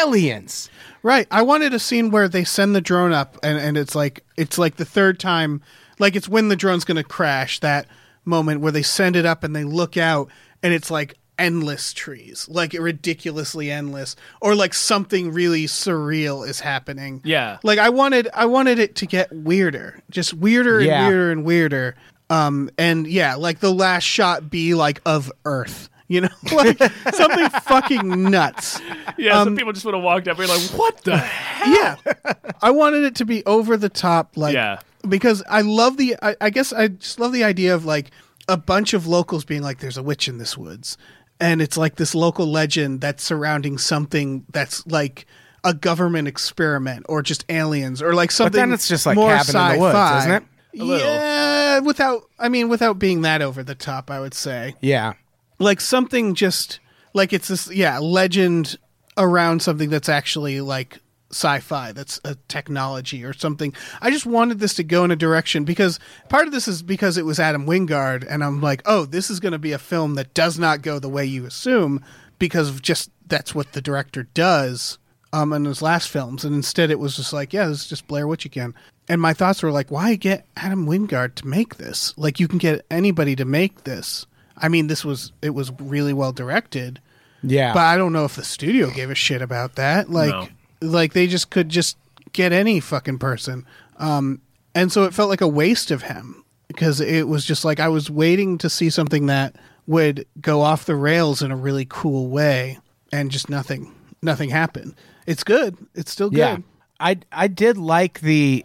[SPEAKER 4] aliens.
[SPEAKER 3] Right. I wanted a scene where they send the drone up and, and it's like it's like the third time like it's when the drone's gonna crash, that moment where they send it up and they look out and it's like endless trees. Like ridiculously endless. Or like something really surreal is happening.
[SPEAKER 2] Yeah.
[SPEAKER 3] Like I wanted I wanted it to get weirder. Just weirder and
[SPEAKER 4] Yeah.
[SPEAKER 3] weirder and weirder. Um and yeah, like the last shot be like of Earth. You know? Like something fucking nuts.
[SPEAKER 2] Yeah,
[SPEAKER 3] Um,
[SPEAKER 2] some people just would have walked up. We're like, what the? hell?
[SPEAKER 3] Yeah. I wanted it to be over the top, like
[SPEAKER 2] Yeah.
[SPEAKER 3] because I love the I, I guess I just love the idea of like a bunch of locals being like, There's a witch in this woods and it's like this local legend that's surrounding something that's like a government experiment or just aliens or like something.
[SPEAKER 4] then it's just like
[SPEAKER 3] more
[SPEAKER 4] Cabin in the Woods,
[SPEAKER 3] sci-fi.
[SPEAKER 4] isn't it?
[SPEAKER 2] A little.
[SPEAKER 3] Yeah, without I mean without being that over the top, I would say
[SPEAKER 4] Yeah.
[SPEAKER 3] like something just like it's this yeah legend around something that's actually like sci-fi that's a technology or something i just wanted this to go in a direction because part of this is because it was adam wingard and i'm like oh this is going to be a film that does not go the way you assume because of just that's what the director does um in his last films and instead it was just like yeah this is just blair witch again and my thoughts were like why get adam wingard to make this like you can get anybody to make this I mean, this was it was really well directed,
[SPEAKER 4] Yeah.
[SPEAKER 3] but I don't know if the studio gave a shit about that. Like, like they just could just get any fucking person, um, and so it felt like a waste of him because it was just like I was waiting to see something that would go off the rails in a really cool way, and just nothing, nothing happened. It's good. It's still good.
[SPEAKER 4] Yeah, I I did like the.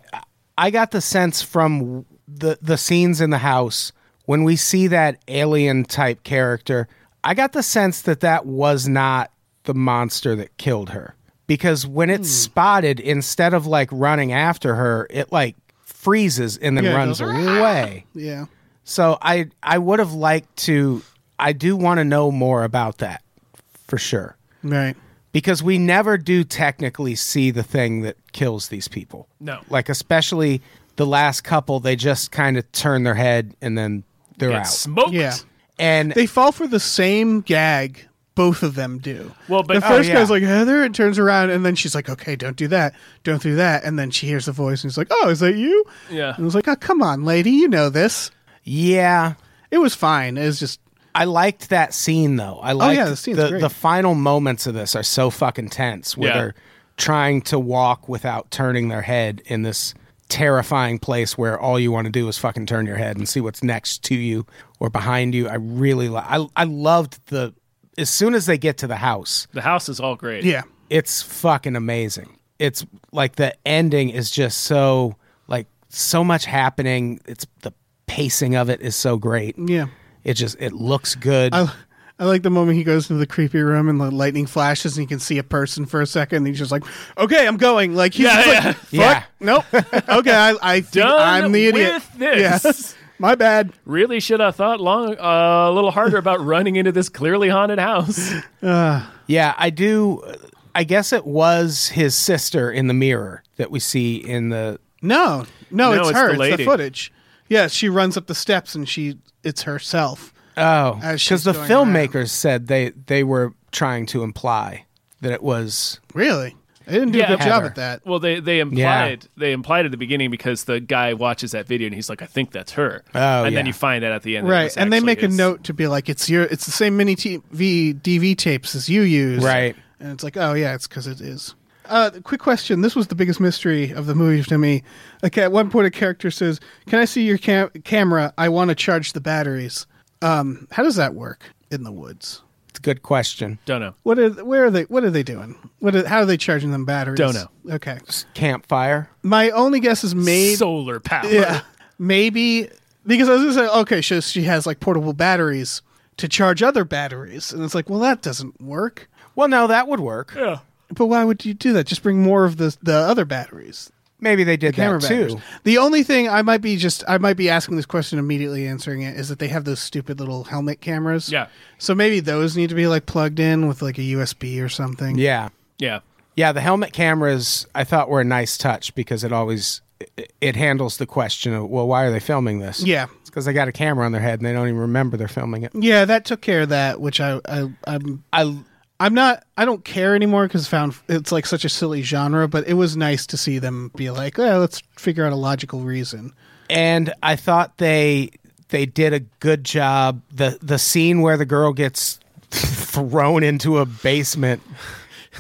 [SPEAKER 4] I got the sense from the the scenes in the house when we see that alien type character. I got the sense that that was not the monster that killed her because when it's spotted, instead of like running after her, it like freezes and then
[SPEAKER 3] Yeah, it
[SPEAKER 4] runs
[SPEAKER 3] goes,
[SPEAKER 4] away.
[SPEAKER 3] Yeah.
[SPEAKER 4] So I I would have liked to I do want to know more about that for sure
[SPEAKER 3] Right.
[SPEAKER 4] because we never do technically see the thing that kills these people.
[SPEAKER 2] No.
[SPEAKER 4] Like especially the last couple, they just kind of turn their head and then they're
[SPEAKER 2] Get
[SPEAKER 4] out.
[SPEAKER 2] smoked.
[SPEAKER 3] Yeah.
[SPEAKER 4] and
[SPEAKER 3] They fall for the same gag. Both of them do.
[SPEAKER 2] Well, but-
[SPEAKER 3] the
[SPEAKER 2] Oh,
[SPEAKER 3] first
[SPEAKER 4] yeah.
[SPEAKER 3] guy's like Heather, and turns around, and then she's like, "Okay, don't do that, don't do that." And then she hears a voice, and he's like, "Oh, is that you?"
[SPEAKER 2] Yeah.
[SPEAKER 3] And I was like, "Oh, come on, lady, you know this."
[SPEAKER 4] yeah,
[SPEAKER 3] It was fine. It was just
[SPEAKER 4] I liked that scene though. I liked
[SPEAKER 3] Oh, yeah, the scene's
[SPEAKER 4] the,
[SPEAKER 3] great.
[SPEAKER 4] the final moments of this are so fucking tense where
[SPEAKER 2] Yeah.
[SPEAKER 4] they're trying to walk without turning their head in this terrifying place where all you want to do is fucking turn your head and see what's next to you or behind you. I really li- I I loved the as soon as they get to the house.
[SPEAKER 2] The house is all great.
[SPEAKER 3] yeah,
[SPEAKER 4] it's fucking amazing. It's like the ending is just so like so much happening. It's the pacing of it is so great.
[SPEAKER 3] yeah.
[SPEAKER 4] It just it looks good.
[SPEAKER 3] I, I like the moment he goes into the creepy room and the lightning flashes and you can see a person for a second. And he's just like, "Okay, I'm going." Like he's
[SPEAKER 2] Yeah,
[SPEAKER 3] just
[SPEAKER 2] yeah.
[SPEAKER 3] like, "Fuck,
[SPEAKER 4] Yeah.
[SPEAKER 3] nope." Okay, I, I think
[SPEAKER 2] Done
[SPEAKER 3] I'm the idiot.
[SPEAKER 2] with this.
[SPEAKER 3] Yeah. my bad.
[SPEAKER 2] Really should have thought long uh, a little harder about running into this clearly haunted house.
[SPEAKER 4] yeah, I do. uh, I guess it was his sister in the mirror that we see in the.
[SPEAKER 3] No, no,
[SPEAKER 2] No,
[SPEAKER 3] it's,
[SPEAKER 2] it's
[SPEAKER 3] her.
[SPEAKER 2] the
[SPEAKER 3] it's
[SPEAKER 2] lady.
[SPEAKER 3] the footage. Yeah, she runs up the steps and she it's herself.
[SPEAKER 4] Oh,
[SPEAKER 3] As
[SPEAKER 4] because
[SPEAKER 3] she's
[SPEAKER 4] the
[SPEAKER 3] going
[SPEAKER 4] filmmakers said they they were trying to imply that it was
[SPEAKER 3] Really, they didn't do
[SPEAKER 2] Yeah,
[SPEAKER 3] a good job
[SPEAKER 4] Heather.
[SPEAKER 3] at that.
[SPEAKER 2] Well, they they implied they implied at the beginning because the guy watches that video and he's like, I think that's her.
[SPEAKER 4] Oh,
[SPEAKER 2] and
[SPEAKER 4] yeah.
[SPEAKER 2] then you find out at the end, that it
[SPEAKER 3] Right,
[SPEAKER 2] was
[SPEAKER 3] and they
[SPEAKER 2] actually
[SPEAKER 3] make
[SPEAKER 2] his.
[SPEAKER 3] a note to be like, "It's your, it's the same mini TV DV tapes as you use."
[SPEAKER 4] Right.
[SPEAKER 3] and it's like, "Oh yeah, it's because it is." Uh, quick question: This was the biggest mystery of the movie to me. Like at one point, a character says, "Can I see your cam- camera? I want to charge the batteries." Um, how does that work in the woods?
[SPEAKER 4] it's a good question.
[SPEAKER 2] Don't know.
[SPEAKER 3] What are where are they? What are they doing? What are, how are they charging them batteries?
[SPEAKER 2] Don't know.
[SPEAKER 3] Okay,
[SPEAKER 4] Campfire.
[SPEAKER 3] my only guess is maybe
[SPEAKER 2] Solar power.
[SPEAKER 3] yeah. Maybe because I was gonna say, okay, so she has like portable batteries to charge other batteries, and it's like, well, that doesn't work.
[SPEAKER 4] Well, no, that would work.
[SPEAKER 3] But why would you do that? Just bring more of the the other batteries,
[SPEAKER 4] Maybe they did
[SPEAKER 3] camera
[SPEAKER 4] that
[SPEAKER 3] batteries.
[SPEAKER 4] too.
[SPEAKER 3] The only thing I might be just I might be asking this question immediately answering it is that they have those stupid little helmet cameras.
[SPEAKER 2] Yeah.
[SPEAKER 3] So maybe those need to be like plugged in with like a USB or something.
[SPEAKER 4] Yeah.
[SPEAKER 2] Yeah.
[SPEAKER 4] Yeah, the helmet cameras I thought were a nice touch because it always it, it handles the question of well, why are they filming this?
[SPEAKER 3] Yeah.
[SPEAKER 4] it's because they got a camera on their head and they don't even remember they're filming it.
[SPEAKER 3] Yeah, that took care of that, which I, I I'm
[SPEAKER 4] I
[SPEAKER 3] I'm not. I don't care anymore because found it's like such a silly genre. But it was nice to see them be like, "Yeah, let's figure out a logical reason."
[SPEAKER 4] and I thought they they did a good job. the The scene where the girl gets thrown into a basement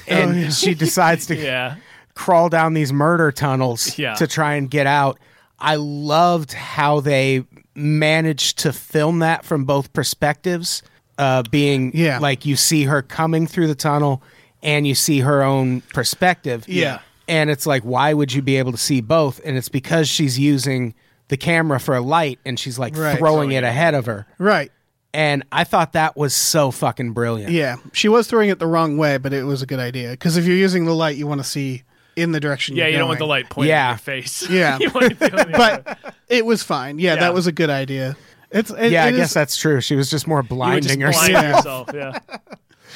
[SPEAKER 4] and she decides to
[SPEAKER 2] Yeah.
[SPEAKER 4] crawl down these murder tunnels
[SPEAKER 2] Yeah.
[SPEAKER 4] to try and get out. I loved how they managed to film that from both perspectives, uh, being
[SPEAKER 3] Yeah.
[SPEAKER 4] like you see her coming through the tunnel and you see her own perspective.
[SPEAKER 3] Yeah.
[SPEAKER 4] And it's like, why would you be able to see both? And it's because she's using the camera for a light and she's like
[SPEAKER 3] Right.
[SPEAKER 4] throwing it ahead of her.
[SPEAKER 3] Right?
[SPEAKER 4] And I thought that was so fucking brilliant.
[SPEAKER 3] Yeah, she was throwing it the wrong way, but it was a good idea because if you're using the light, you want to see in the direction.
[SPEAKER 2] Yeah,
[SPEAKER 3] you're
[SPEAKER 2] you don't want the
[SPEAKER 3] going.
[SPEAKER 2] light pointing
[SPEAKER 4] Yeah.
[SPEAKER 2] at your face.
[SPEAKER 3] Yeah.
[SPEAKER 2] You want it doing-
[SPEAKER 3] But it was fine. Yeah,
[SPEAKER 2] Yeah.
[SPEAKER 3] that was a good idea. It's it,
[SPEAKER 4] Yeah, I
[SPEAKER 3] it
[SPEAKER 4] guess
[SPEAKER 3] is-
[SPEAKER 4] that's true. She was just more
[SPEAKER 2] you would just
[SPEAKER 4] blinding herself.
[SPEAKER 2] blind yourself. Yeah.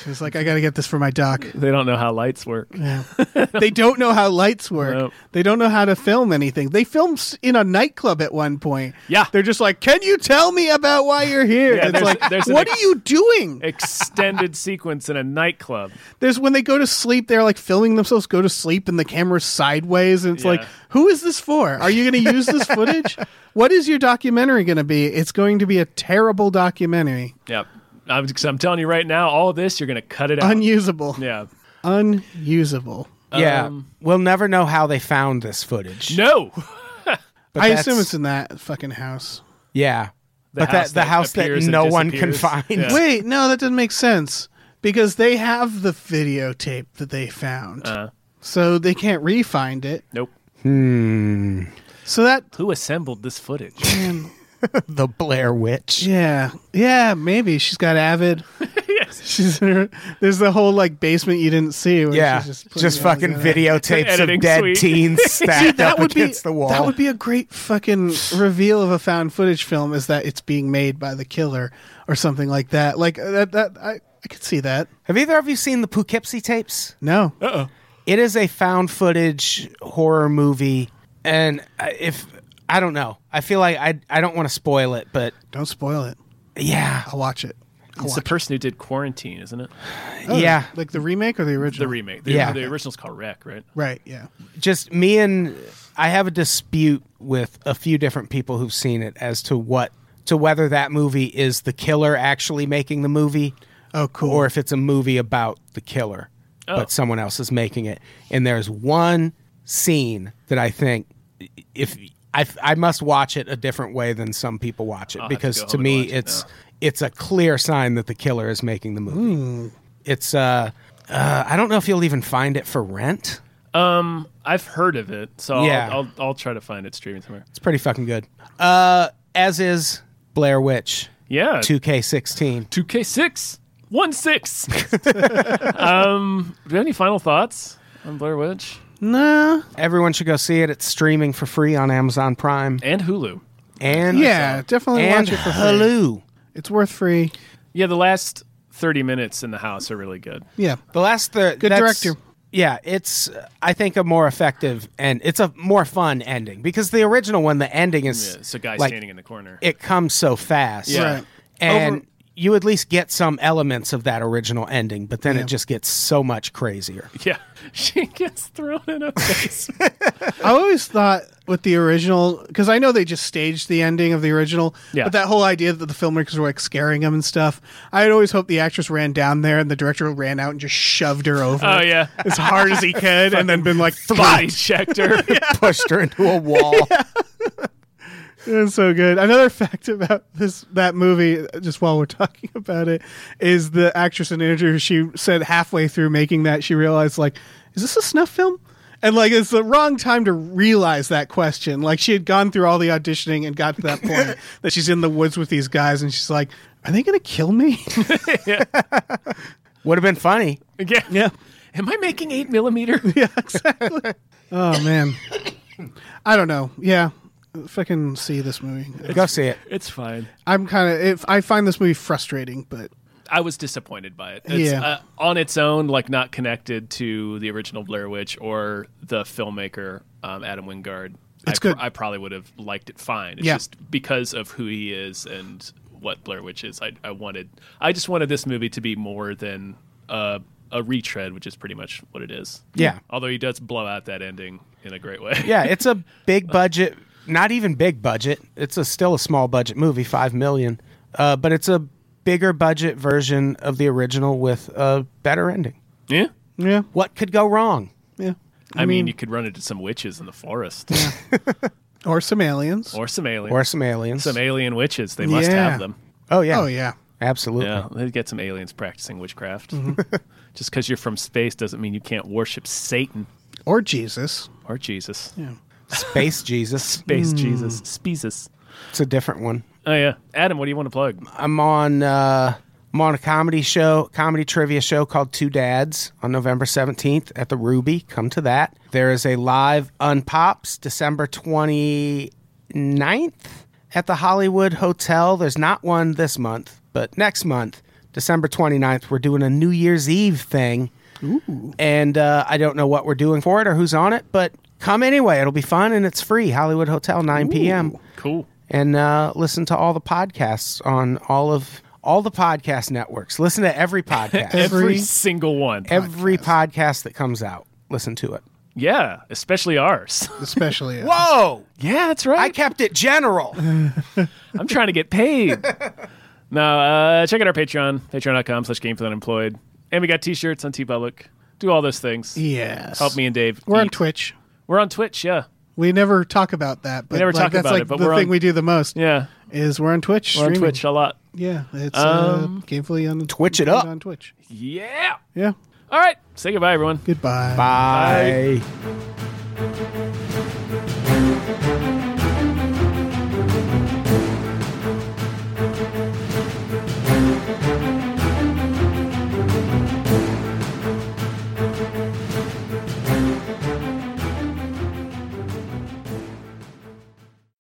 [SPEAKER 3] It's like I got to get this for my doc.
[SPEAKER 2] They don't know how lights work.
[SPEAKER 3] they don't know how lights work.
[SPEAKER 2] Nope.
[SPEAKER 3] They don't know how to film anything. They filmed s- in a nightclub at one point.
[SPEAKER 2] Yeah.
[SPEAKER 3] They're just like, "Can you tell me about why you're here?"
[SPEAKER 2] Yeah,
[SPEAKER 3] it's
[SPEAKER 2] there's-
[SPEAKER 3] like,
[SPEAKER 2] there's an
[SPEAKER 3] "What
[SPEAKER 2] ex-
[SPEAKER 3] are you doing?"
[SPEAKER 2] Extended sequence in a nightclub.
[SPEAKER 3] There's when they go to sleep, they're like filming themselves go to sleep, and the camera's sideways, and it's like,
[SPEAKER 2] Yeah.
[SPEAKER 3] "Who is this for? Are you going to use this footage? What is your documentary going to be? It's going to be a terrible documentary,
[SPEAKER 2] Yep. I'm, 'cause I'm telling you right now, all this, you're going to cut it out.
[SPEAKER 3] unusable,
[SPEAKER 2] yeah.
[SPEAKER 3] unusable."
[SPEAKER 4] Yeah, we'll never know how they found this footage.
[SPEAKER 2] No.
[SPEAKER 4] but
[SPEAKER 3] I
[SPEAKER 4] that's-
[SPEAKER 3] assume it's in that fucking house.
[SPEAKER 4] yeah, but
[SPEAKER 2] house
[SPEAKER 4] that the
[SPEAKER 2] that
[SPEAKER 4] house that
[SPEAKER 2] appears and
[SPEAKER 4] no one can
[SPEAKER 2] disappears.
[SPEAKER 4] find.
[SPEAKER 2] Yeah.
[SPEAKER 3] Wait, no, that doesn't make sense because they have the videotape that they found,
[SPEAKER 2] Uh.
[SPEAKER 3] so they can't re-find it.
[SPEAKER 2] Nope.
[SPEAKER 3] So that,
[SPEAKER 2] Who assembled this footage?
[SPEAKER 4] The Blair Witch.
[SPEAKER 3] yeah, yeah, maybe she's got avid. She's in her, there's the whole like basement you didn't see. Where
[SPEAKER 4] yeah,
[SPEAKER 3] she's
[SPEAKER 4] just,
[SPEAKER 3] putting it all
[SPEAKER 4] fucking
[SPEAKER 3] together.
[SPEAKER 4] videotapes
[SPEAKER 2] Editing
[SPEAKER 4] of dead
[SPEAKER 2] suite.
[SPEAKER 4] teens stacked
[SPEAKER 3] that
[SPEAKER 4] up
[SPEAKER 3] would be
[SPEAKER 4] against the wall.
[SPEAKER 3] that would be a great fucking reveal of a found footage film is that it's being made by the killer or something like that. Like uh, that that I I could see that.
[SPEAKER 4] Have either of you seen the Poughkeepsie tapes?
[SPEAKER 3] No,
[SPEAKER 2] Oh.
[SPEAKER 4] It is a found footage horror movie, and I- if I don't know, I feel like I I don't want to spoil it, but
[SPEAKER 3] don't spoil it.
[SPEAKER 4] yeah,
[SPEAKER 3] I'll watch it. I'll
[SPEAKER 2] It's
[SPEAKER 3] watch
[SPEAKER 2] the
[SPEAKER 3] it.
[SPEAKER 2] person who did Quarantine, isn't it?
[SPEAKER 3] Oh,
[SPEAKER 4] yeah.
[SPEAKER 3] like the remake or the original.
[SPEAKER 2] The remake. The,
[SPEAKER 4] Yeah.
[SPEAKER 2] the original's called Wreck, right?
[SPEAKER 3] Right. Yeah.
[SPEAKER 4] just me and I have a dispute with a few different people who've seen it as to what to whether that movie is the killer actually making the movie
[SPEAKER 3] Oh, cool.
[SPEAKER 4] or if it's a movie about the killer
[SPEAKER 2] Oh.
[SPEAKER 4] but someone else is making it and there's one scene that I think if I, I must watch it a different way than some people watch it
[SPEAKER 2] have to
[SPEAKER 4] because
[SPEAKER 2] go
[SPEAKER 4] to,
[SPEAKER 2] home and
[SPEAKER 4] me
[SPEAKER 2] watch it
[SPEAKER 4] it's
[SPEAKER 2] now.
[SPEAKER 4] it's a clear sign that the killer is making the movie it's uh, uh I don't know if you'll even find it for rent
[SPEAKER 2] I've heard of it, so
[SPEAKER 4] Yeah.
[SPEAKER 2] I'll, I'll I'll try to find it streaming somewhere.
[SPEAKER 4] It's pretty fucking good. Uh, as is Blair Witch
[SPEAKER 2] Yeah,
[SPEAKER 4] 2K16.
[SPEAKER 2] two K six one six. um, do you have any final thoughts on Blair Witch
[SPEAKER 3] Nah.
[SPEAKER 4] Everyone should go see it. It's streaming for free on Amazon Prime
[SPEAKER 2] and Hulu?
[SPEAKER 4] and
[SPEAKER 3] Yeah, definitely
[SPEAKER 4] and
[SPEAKER 3] watch it for free.
[SPEAKER 4] Hulu.
[SPEAKER 3] It's worth free.
[SPEAKER 2] Yeah, the last thirty minutes in the house are really good.
[SPEAKER 3] Yeah.
[SPEAKER 4] The last the
[SPEAKER 3] Good
[SPEAKER 4] that's-
[SPEAKER 3] director.
[SPEAKER 4] Yeah, it's uh, I think a more effective and it's a more fun ending because the original one the ending is
[SPEAKER 2] Yeah, it's a guy
[SPEAKER 4] like,
[SPEAKER 2] standing in the corner.
[SPEAKER 4] It comes so fast.
[SPEAKER 2] Yeah.
[SPEAKER 3] Right.
[SPEAKER 4] And
[SPEAKER 3] Over-
[SPEAKER 4] you at least get some elements of that original ending, but then
[SPEAKER 3] Yeah.
[SPEAKER 4] it just gets so much crazier.
[SPEAKER 2] yeah, she gets thrown in a face.
[SPEAKER 3] I always thought with the original, because I know they just staged the ending of the original,
[SPEAKER 2] Yeah.
[SPEAKER 3] but that whole idea that the filmmakers were like scaring him and stuff, I'd always hoped the actress ran down there and the director ran out and just shoved her over
[SPEAKER 2] oh yeah,
[SPEAKER 3] as hard as he could and then been like,
[SPEAKER 2] body
[SPEAKER 3] bye.
[SPEAKER 2] checked her.
[SPEAKER 4] Pushed her into a wall.
[SPEAKER 3] It was so good. Another fact about this that movie, just while we're talking about it, is the actress in the interview. She said halfway through making that, she realized like, is this a snuff film? And like, it's the wrong time to realize that question. Like, she had gone through all the auditioning and got to that point that she's in the woods with these guys, and she's like, "Are they gonna kill me?"
[SPEAKER 4] Would have been funny.
[SPEAKER 2] yeah.
[SPEAKER 3] yeah.
[SPEAKER 2] Am I making eight millimeter?
[SPEAKER 3] Oh man. I don't know. Yeah. Fucking see this movie.
[SPEAKER 4] Go see it.
[SPEAKER 2] It's fine.
[SPEAKER 3] I'm kind of. I find this movie frustrating, but
[SPEAKER 2] I was disappointed by it. It's,
[SPEAKER 3] Yeah.
[SPEAKER 2] uh, on its own, like not connected to the original Blair Witch or the filmmaker um, Adam Wingard.
[SPEAKER 3] It's
[SPEAKER 2] I, pro-
[SPEAKER 3] good.
[SPEAKER 2] I probably would have liked it fine. It's
[SPEAKER 3] Yeah.
[SPEAKER 2] just because of who he is and what Blair Witch is. I, I wanted. I just wanted this movie to be more than uh, a retread, which is pretty much what it is.
[SPEAKER 4] Yeah.
[SPEAKER 2] Although he does blow out that ending in a great way.
[SPEAKER 4] Yeah, it's a big budget, not even big budget. It's a still a small budget movie, 5 million. Uh, but it's a bigger budget version of the original with a better ending.
[SPEAKER 2] Yeah.
[SPEAKER 3] yeah,
[SPEAKER 4] What could go wrong?
[SPEAKER 3] yeah.
[SPEAKER 2] I, mean, you could run into some witches in the forest
[SPEAKER 3] Or some aliens.
[SPEAKER 2] or some aliens.
[SPEAKER 4] Or some aliens.
[SPEAKER 2] some alien witches. They must
[SPEAKER 3] Yeah.
[SPEAKER 2] have them.
[SPEAKER 4] oh yeah.
[SPEAKER 3] Oh yeah.
[SPEAKER 4] Absolutely.
[SPEAKER 2] Yeah, they get some aliens practicing witchcraft.
[SPEAKER 3] Mm-hmm.
[SPEAKER 2] Just because you're from space doesn't mean you can't worship Satan
[SPEAKER 3] Or Jesus.
[SPEAKER 2] or Jesus.
[SPEAKER 4] Space Jesus.
[SPEAKER 2] Space
[SPEAKER 3] Mm.
[SPEAKER 2] Jesus, Speezus.
[SPEAKER 4] It's a different one.
[SPEAKER 2] Oh yeah, Adam, what do you want to plug?
[SPEAKER 4] I'm on uh, I'm on a comedy show, comedy trivia show called Two Dads on November 17th at the Ruby. Come to that. There is a live Unpops December 29th at the Hollywood Hotel. There's not one this month, but next month, December 29th, we're doing a New Year's Eve thing. And uh, I don't know what we're doing for it or who's on it, but come anyway. It'll be fun and it's free. Hollywood Hotel, 9 p.m
[SPEAKER 2] Cool.
[SPEAKER 4] and uh, listen to all the podcasts on all of all the podcast networks. Listen to every podcast,
[SPEAKER 2] Every,
[SPEAKER 3] Every-
[SPEAKER 2] single one.
[SPEAKER 4] every podcast that comes out. Listen to it.
[SPEAKER 2] yeah, especially ours.
[SPEAKER 3] Especially. uh,
[SPEAKER 4] Whoa!
[SPEAKER 2] yeah, that's
[SPEAKER 4] I
[SPEAKER 2] right.
[SPEAKER 4] kept it general.
[SPEAKER 2] I'm trying to get paid. no, uh, check out our Patreon, patreon.com slash games unemployed. And we got t-shirts on TeePublic. Do all those things.
[SPEAKER 3] Yes.
[SPEAKER 2] Help me and Dave.
[SPEAKER 3] We're on
[SPEAKER 2] eat.
[SPEAKER 3] Twitch.
[SPEAKER 2] We're on Twitch, yeah.
[SPEAKER 3] We never talk about that, but
[SPEAKER 2] never
[SPEAKER 3] like,
[SPEAKER 2] talk
[SPEAKER 3] that's
[SPEAKER 2] about
[SPEAKER 3] like
[SPEAKER 2] it, but
[SPEAKER 3] the
[SPEAKER 2] we're
[SPEAKER 3] thing
[SPEAKER 2] on-
[SPEAKER 3] we do the most
[SPEAKER 2] Yeah.
[SPEAKER 3] is we're on Twitch.
[SPEAKER 2] We're on
[SPEAKER 3] streaming.
[SPEAKER 2] Twitch Um, a lot.
[SPEAKER 3] Yeah, it's uh, gamefully on
[SPEAKER 4] Twitch it up.
[SPEAKER 3] on Twitch.
[SPEAKER 2] Yeah.
[SPEAKER 3] Yeah.
[SPEAKER 2] All right. Say goodbye, everyone.
[SPEAKER 3] Goodbye.
[SPEAKER 4] Bye.